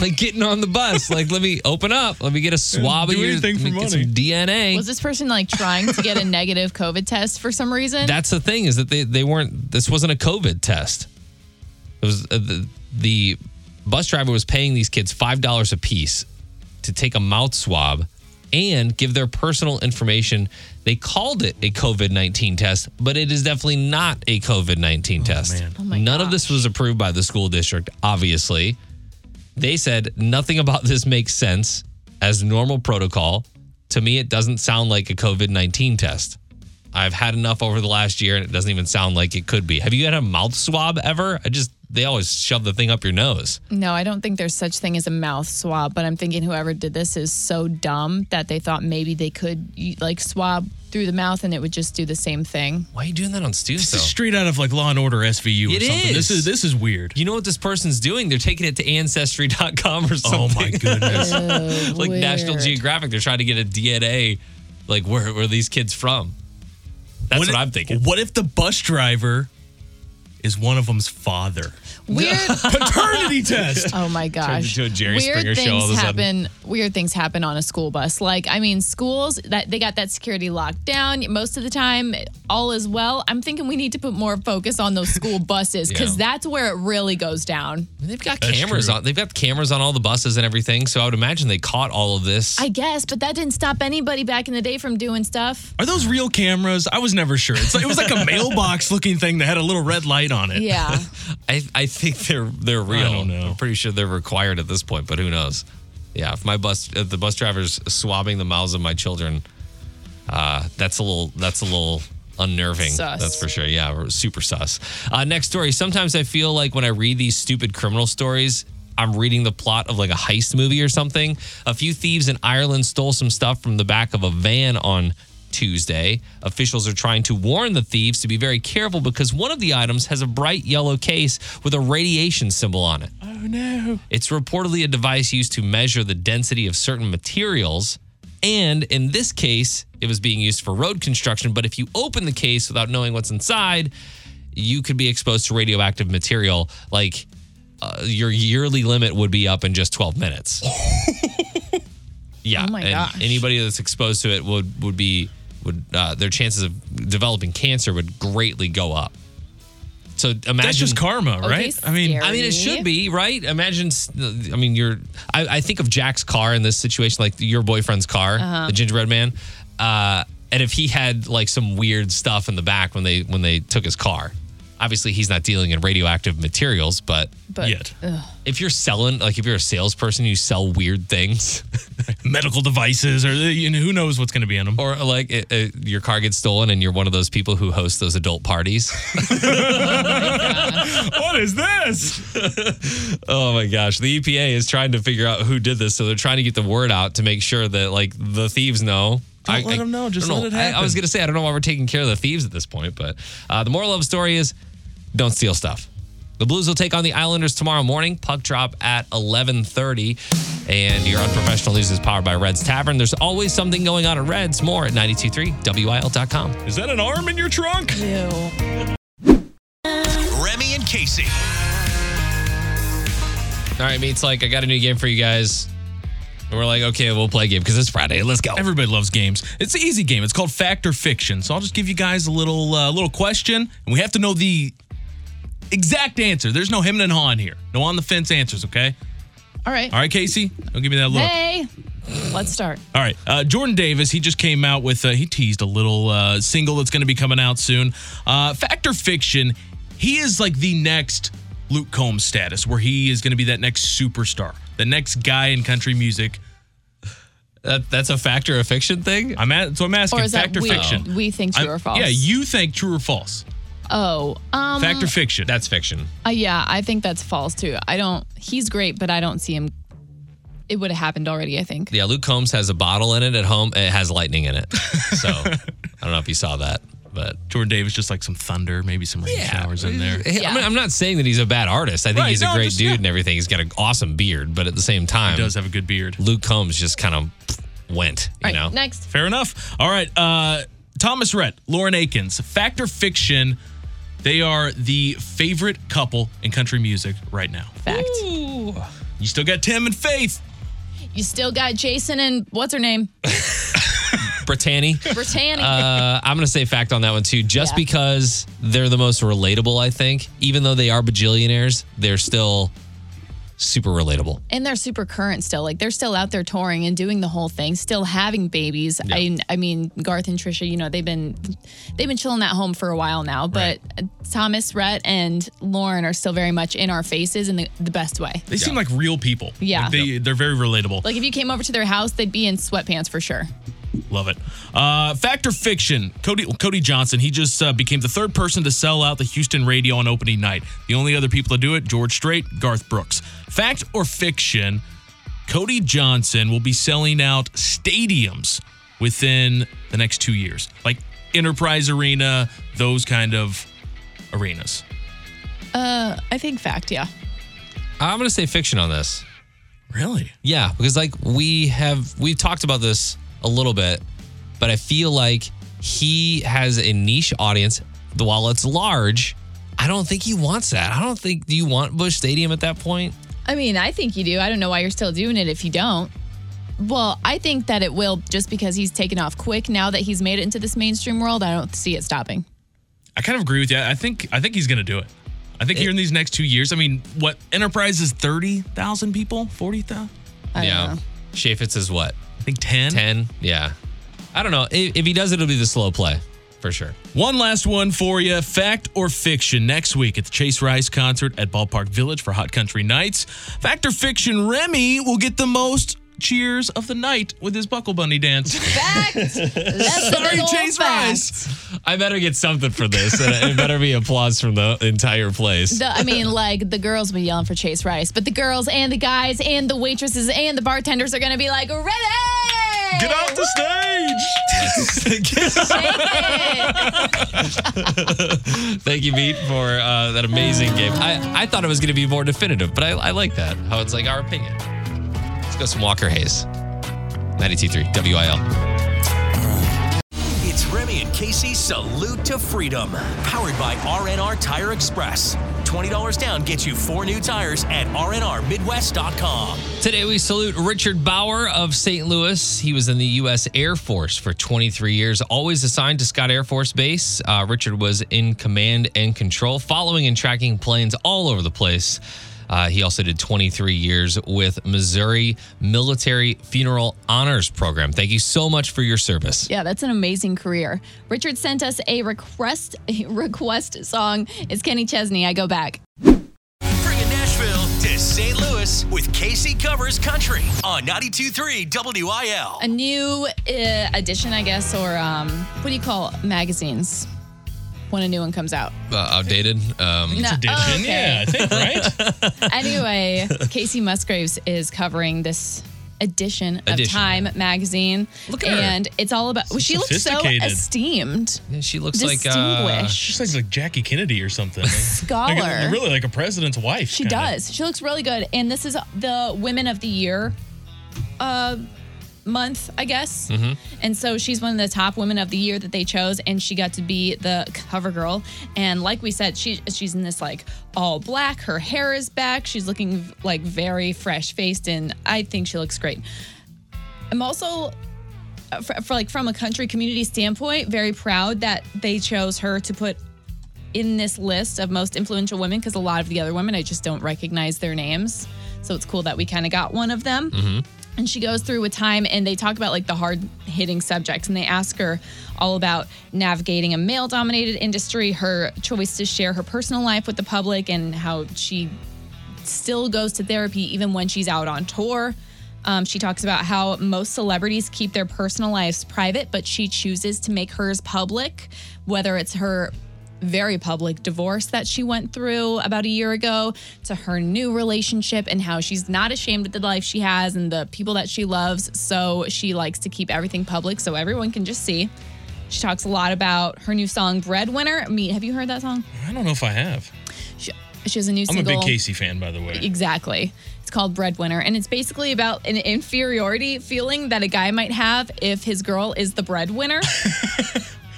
Speaker 2: like getting on the bus, like let me open up, let me get a swab of
Speaker 3: do
Speaker 2: your,
Speaker 3: anything
Speaker 2: let
Speaker 3: for
Speaker 2: me get
Speaker 3: money.
Speaker 2: some DNA.
Speaker 4: Was this person like trying to get a negative COVID test for some reason?
Speaker 2: That's the thing is that they, they weren't. This wasn't a COVID test. It was uh, the, the bus driver was paying these kids five dollars a piece to take a mouth swab and give their personal information. They called it a COVID nineteen test, but it is definitely not a COVID nineteen test.
Speaker 4: my
Speaker 2: None of this was approved by the school district, obviously. They said nothing about this makes sense as normal protocol. To me, it doesn't sound like a COVID 19 test. I've had enough over the last year and it doesn't even sound like it could be. Have you had a mouth swab ever? I just, they always shove the thing up your nose.
Speaker 4: no, I don't think there's such thing as a mouth swab, but I'm thinking whoever did this is so dumb that they thought maybe they could y- like swab through the mouth and it would just do the same thing.
Speaker 2: Why are you doing that on students
Speaker 3: This is
Speaker 2: though?
Speaker 3: straight out of like Law and Order SVU or
Speaker 2: It
Speaker 3: something. This
Speaker 2: is.
Speaker 3: is this is weird.
Speaker 2: You know what this person's doing? They're taking it to ancestry.com or something.
Speaker 3: Oh my goodness.
Speaker 2: like National
Speaker 4: Weird.
Speaker 2: Geographic, they're trying to get a DNA, like where, where are these kids from? That's what
Speaker 3: if-
Speaker 2: I'm thinking.
Speaker 3: What if the bus driver is one of them's father?
Speaker 4: Weird.
Speaker 3: Paternity test.
Speaker 4: Oh my gosh!
Speaker 2: into a Jerry
Speaker 4: weird
Speaker 2: Springer show
Speaker 4: things
Speaker 2: all of a sudden.
Speaker 4: happen. Weird things happen on a school bus. Like I mean, schools that they got that security locked down most of the time. All is well. I'm thinking we need to put more focus on those school buses because
Speaker 2: Yeah.
Speaker 4: that's where it really goes down.
Speaker 2: They've got
Speaker 3: That's
Speaker 2: cameras
Speaker 3: true.
Speaker 2: on. They've got cameras on all the buses and everything. So I would imagine they caught all of this.
Speaker 4: I guess, but that didn't stop anybody back in the day from doing stuff.
Speaker 3: Are those real cameras? I was never sure. It's like, it was like a mailbox looking thing that had a little red light on it.
Speaker 4: Yeah.
Speaker 2: I, I think they're they're real.
Speaker 3: don't know.
Speaker 2: I'm pretty sure they're required at this point, but who knows? Yeah, if my bus if the bus driver's swabbing the mouths of my children, uh, that's a little that's a little unnerving.
Speaker 4: Sus.
Speaker 2: That's for sure. Yeah, we're super sus. Uh, next story. Sometimes I feel like when I read these stupid criminal stories. I'm reading the plot of like a heist movie or something. A few thieves in Ireland stole some stuff from the back of a van on Tuesday. Officials are trying to warn the thieves to be very careful because one of the items has a bright yellow case with a radiation symbol on it.
Speaker 3: Oh no.
Speaker 2: It's reportedly a device used to measure the density of certain materials. And in this case, it was being used for road construction. But if you open the case without knowing what's inside, you could be exposed to radioactive material. Like uh, your yearly limit would be up in just 12 minutes. yeah.
Speaker 4: Oh my
Speaker 2: and
Speaker 4: gosh.
Speaker 2: anybody that's exposed to it would, would be, would, uh, their chances of developing cancer would greatly go up. So imagine
Speaker 3: That's just karma, right? I mean,
Speaker 4: scary.
Speaker 2: I mean, it should be right. Imagine, s- I mean, you're. I, I think of Jack's car in this situation, like your boyfriend's car, the gingerbread man. Uh, and if he had like some weird stuff in the back when they when they took his car, obviously he's not dealing in radioactive materials. But
Speaker 4: But
Speaker 3: Yet.
Speaker 2: if you're selling, like if you're a salesperson, you sell weird things,
Speaker 3: medical devices or you know, who knows what's going to be in them.
Speaker 2: or like it, it, your car gets stolen and you're one of those people who host those adult parties.
Speaker 3: what is this?
Speaker 2: Oh my gosh, the EPA is trying to figure out who did this, so they're trying to get the word out to make sure that like the thieves know.
Speaker 3: Don't let 'em know, just
Speaker 2: don't
Speaker 3: let it
Speaker 2: I- I, was
Speaker 3: happen.
Speaker 2: gonna say I don't know why we're taking care of the thieves at this point, but uh, the moral of the story is don't steal stuff. The Blues will take on the Islanders tomorrow morning. Puck drop at 11:30, and your unprofessional news is powered by Reds Tavern. There's always something going on at Reds. More at 923wil.com.
Speaker 3: Is that an arm in your trunk?
Speaker 4: Ew.
Speaker 1: Remy and Casey.
Speaker 2: All right, meets like I got a new game for you guys, and we're like, okay, we'll play a game because it's Friday. Let's go.
Speaker 3: Everybody loves games. It's an easy game. It's called Fact or Fiction. So I'll just give you guys a little uh, little question, and we have to know the exact answer. There's no him and haw in here. No on the fence answers. Okay.
Speaker 4: All right.
Speaker 3: All right, Casey. Don't give me that look.
Speaker 4: Hey, let's start.
Speaker 3: All right, uh, Jordan Davis. He just came out with uh, he teased a little uh, single that's going to be coming out soon. Uh, Fact or fiction? He is like the next Luke Combs status, where he is going to be that next superstar, the next guy in country music.
Speaker 2: That, that's a fact or a fiction thing?
Speaker 3: I'm at, so I'm asking
Speaker 4: Or is that
Speaker 3: fact or
Speaker 4: we-
Speaker 3: fiction?
Speaker 4: we think true
Speaker 3: I'm-
Speaker 4: or false?
Speaker 3: Yeah, you think true or false.
Speaker 4: Oh, um,
Speaker 3: fact or fiction.
Speaker 2: That's fiction.
Speaker 4: uh, yeah, I think that's false too. I don't. He's great, but I don't see him. It would have happened already. I think.
Speaker 2: Yeah, Luke Combs has a bottle in it at home. It has lightning in it. So I don't know if you saw that, but
Speaker 3: Jordan Davis, just like some thunder, maybe some rain showers in there.
Speaker 2: I mean, I'm not saying that he's a bad artist. I think
Speaker 3: Right,
Speaker 2: he's
Speaker 3: no,
Speaker 2: a great
Speaker 3: just-
Speaker 2: dude
Speaker 3: yeah.
Speaker 2: and everything. He's got an awesome beard, but at the same time,
Speaker 3: He does have a good beard.
Speaker 2: Luke Combs just kind of went, you
Speaker 4: All right,
Speaker 2: know?
Speaker 4: next.
Speaker 3: Fair enough. All right. Uh, Thomas Rhett, Lauren Akins, fact or fiction, they are the favorite couple in country music right now.
Speaker 4: Fact.
Speaker 3: You still got Tim and Faith.
Speaker 4: You still got Jason and what's her name?
Speaker 2: Brittany.
Speaker 4: Brittany.
Speaker 2: Uh, I'm gonna say fact on that one too, just
Speaker 4: Yeah.
Speaker 2: because they're the most relatable. I think, even though they are bajillionaires, they're still super relatable.
Speaker 4: and they're super current still. Like they're still out there touring and doing the whole thing, still having babies. I, I mean, Garth and Trisha, you know, they've been they've been chilling at home for a while now. But uh, Thomas, Rhett, and Lauren are still very much in our faces in the, the best way.
Speaker 3: They seem like real people.
Speaker 4: Yeah.
Speaker 3: Like, they, they're very relatable.
Speaker 4: Like if you came over to their house, they'd be in sweatpants for sure.
Speaker 3: Love it. Uh, fact or fiction? Cody Cody Johnson. He just uh, became the third person to sell out the Houston radio on opening night. The only other people to do it: George Strait, Garth Brooks. Fact or fiction? Cody Johnson will be selling out stadiums within the next two years, like Enterprise Arena, those kind of arenas.
Speaker 4: Uh, I think fact, yeah.
Speaker 2: I'm gonna say fiction on this.
Speaker 3: Really?
Speaker 2: Yeah, because like we have we've talked about this a little bit, but I feel like he has a niche audience. While it's large, I don't think he wants that. I don't think. Do you want Bush Stadium at that point?
Speaker 4: I mean, I think you do. I don't know why you're still doing it if you don't. Well, I think that it will just because he's taken off quick now that he's made it into this mainstream world. I don't see it stopping.
Speaker 3: I kind of agree with you. I think I think he's going to do it. I think here in these next two years. I mean, what Enterprise is thirty thousand people, forty thousand.
Speaker 4: I don't know.
Speaker 2: Shafitz is what
Speaker 3: I think 10.
Speaker 2: 10? Yeah. I don't know. If, if he does, it'll be the slow play for sure.
Speaker 3: One last one for you. Fact or fiction next week at the Chase Rice concert at Ballpark Village for Hot Country Nights. Fact or fiction, Remy will get the most cheers of the night with his Buckle Bunny dance.
Speaker 4: That's the
Speaker 3: Sorry,
Speaker 4: good old
Speaker 3: Chase
Speaker 4: fact.
Speaker 3: Rice.
Speaker 2: I better get something for this. and it better be applause from the entire place.
Speaker 4: The, I mean, like the girls will be yelling for Chase Rice, but the girls and the guys and the waitresses and the bartenders are gonna be like, ready!
Speaker 3: Get off the stage.
Speaker 2: Thank you, Beat, for uh, that amazing game. I, I thought it was going to be more definitive, but I, I like that, how it's like our opinion. Let's go some Walker Hayes. 92.3 WIL.
Speaker 1: It's Remy and Casey's Salute to Freedom, powered by RNR Tire Express. $20 down gets you four new tires at rnrmidwest.com.
Speaker 2: Today, we salute Richard Bauer of St. Louis. He was in the U.S. Air Force for 23 years, always assigned to Scott Air Force Base. Uh, Richard was in command and control, following and tracking planes all over the place. Uh, he also did 23 years with Missouri Military Funeral Honors Program. Thank you so much for your service.
Speaker 4: Yeah, that's an amazing career. Richard sent us a request a request song. It's Kenny Chesney. I go back.
Speaker 1: Bringing Nashville to St. Louis with Casey Covers Country on 92.3 WIL.
Speaker 4: A new uh, edition, I guess, or um, what do you call magazines when a new one comes out?
Speaker 2: Uh, outdated. Um,
Speaker 4: No, oh, okay.
Speaker 3: Yeah, I think, right?
Speaker 4: Anyway, Casey Musgraves is covering this edition of
Speaker 2: Edition,
Speaker 4: Time magazine.
Speaker 2: Look at her.
Speaker 4: and it's all about. well, she looks so
Speaker 3: sophisticated.
Speaker 4: esteemed.
Speaker 2: yeah, she looks like. Uh,
Speaker 4: Distinguished
Speaker 3: sounds like Jackie Kennedy or something.
Speaker 4: scholar.
Speaker 3: like a president's wife.
Speaker 4: she does. She looks really good. And this is the Women of the Year uh, month, I guess. And so she's one of the top women of the year that they chose, and she got to be the cover girl. And like we said, she she's in this like all black. Her hair is back. She's looking like very fresh faced, and I think she looks great. I'm also uh, for, for like from a country community standpoint, very proud that they chose her to put in this list of most influential women because a lot of the other women I just don't recognize their names. So it's cool that we kind of got one of them. and she goes through with time and they talk about like the hard hitting subjects and they ask her all about navigating a male dominated industry her choice to share her personal life with the public and how she still goes to therapy even when she's out on tour um, she talks about how most celebrities keep their personal lives private but she chooses to make hers public whether it's her very public divorce that she went through about a year ago to her new relationship and how she's not ashamed of the life she has and the people that she loves. So she likes to keep everything public so everyone can just see. She talks a lot about her new song, Breadwinner. Meet, have you heard that song?
Speaker 3: I don't know if I have.
Speaker 4: She, she has a new
Speaker 3: I'm a
Speaker 4: single.
Speaker 3: big Casey fan, by the way.
Speaker 4: Exactly. It's called Breadwinner. And it's basically about an inferiority feeling that a guy might have if his girl is the breadwinner.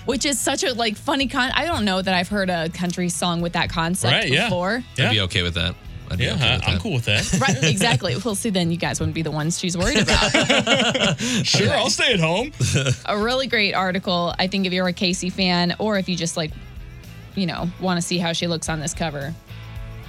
Speaker 4: Which is such a like funny con I don't know that I've heard a country song with that concept
Speaker 2: Right, yeah.
Speaker 4: before.
Speaker 2: I'd be okay with that. I'd be okay with that. I'm cool
Speaker 3: with that.
Speaker 4: Right, exactly. Well, see, then you guys wouldn't be the ones she's worried about.
Speaker 3: Sure, I'll stay at home.
Speaker 4: a really great article, I think, if you're a Casey fan or if you just like, you know, want to see how she looks on this cover.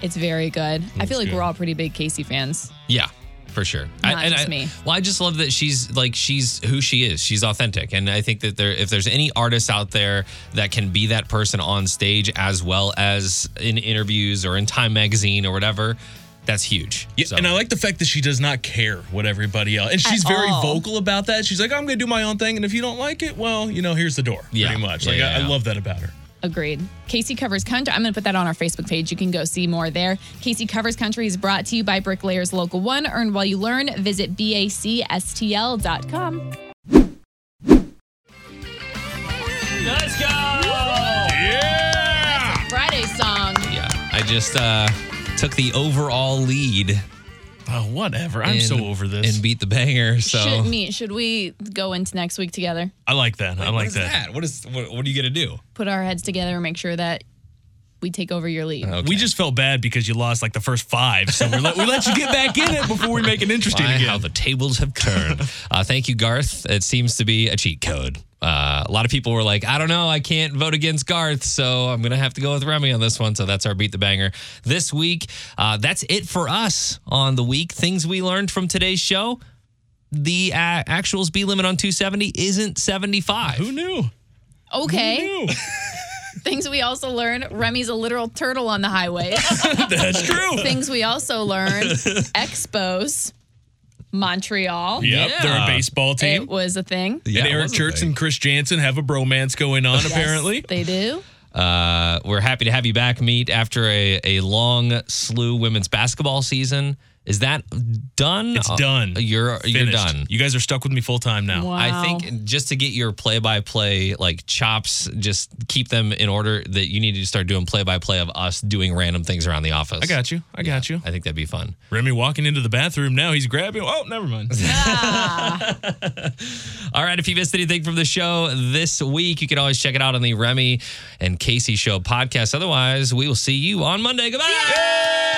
Speaker 4: It's very good. I feel like
Speaker 2: good.
Speaker 4: we're all pretty big Casey fans.
Speaker 2: Yeah, for sure.
Speaker 4: Not
Speaker 2: and
Speaker 4: just
Speaker 2: I,
Speaker 4: me.
Speaker 2: Well, I just love that she's like she's who she is. She's authentic, and I think that there, if there's any artist out there that can be that person on stage as well as in interviews or in Time Magazine or whatever, that's huge.
Speaker 3: Yeah, and I like the fact that she does not care what everybody else, and
Speaker 2: At
Speaker 3: she's very
Speaker 2: all.
Speaker 3: vocal about that. She's like, "I'm going to do my own thing, and if you don't like it, well, you know, here's the door."
Speaker 2: Yeah.
Speaker 3: pretty much.
Speaker 2: Yeah,
Speaker 3: Like
Speaker 2: yeah,
Speaker 3: I,
Speaker 2: yeah.
Speaker 3: I love that about her.
Speaker 4: Agreed. Casey Covers Country. I'm going to put that on our Facebook page. You can go see more there. Casey Covers Country is brought to you by Bricklayers Local 1. Earn while you learn. Visit bacstl.com.
Speaker 2: Let's go! Yeah!
Speaker 4: Friday song.
Speaker 2: Yeah. I just uh, took the overall lead.
Speaker 3: Oh, whatever. I'm so over
Speaker 2: this. And beat the banger. So
Speaker 4: Should, me, should we go into next week together?
Speaker 3: I like that. I
Speaker 2: what
Speaker 3: like
Speaker 2: is
Speaker 3: that.
Speaker 2: that. What is what, what are you gonna do?
Speaker 4: Put our heads together and make sure that we take over your lead.
Speaker 3: We just felt bad because you lost like the first five, so we let, we let you get back in it before we make it interesting
Speaker 2: Why,
Speaker 3: again.
Speaker 2: How the tables have turned. uh, thank you, Garth. It seems to be a cheat code. Uh, a lot of people were like, I don't know, I can't vote against Garth, so I'm going to have to go with Remy on this one. So that's our Beat the Banger this week. Uh, that's it for us on the week. Things we learned from today's show the uh, actual speed limit on 270 isn't 75. Who
Speaker 3: knew? Uh-huh.
Speaker 4: Okay. Things we also learned Remy's a literal turtle on the highway.
Speaker 3: That's true.
Speaker 4: Things we also learned Expos, Montreal.
Speaker 3: Yep, they're a baseball team.
Speaker 4: It was a thing.
Speaker 3: and Eric Church and Chris Jansen have a bromance going on,
Speaker 4: Yes,
Speaker 3: apparently.
Speaker 4: They do.
Speaker 2: Uh, we're happy to have you back, Meet, after a, a long slew women's basketball season. Is that done? Uh,
Speaker 3: It's done.
Speaker 2: You're you're
Speaker 3: Finished.
Speaker 2: done.
Speaker 3: You guys are stuck with me full time now.
Speaker 2: I think just to get your play by play like chops, just keep them in order that you need to start doing play by play of us doing random things around the office.
Speaker 3: I got you. I got you.
Speaker 2: I think that'd be fun.
Speaker 3: Remy walking into the bathroom now. He's grabbing. Oh, never mind.
Speaker 2: All right. If you missed anything from the show this week, you can always check it out on the Remy and Casey Show podcast. Otherwise, we will see you on Monday. Goodbye.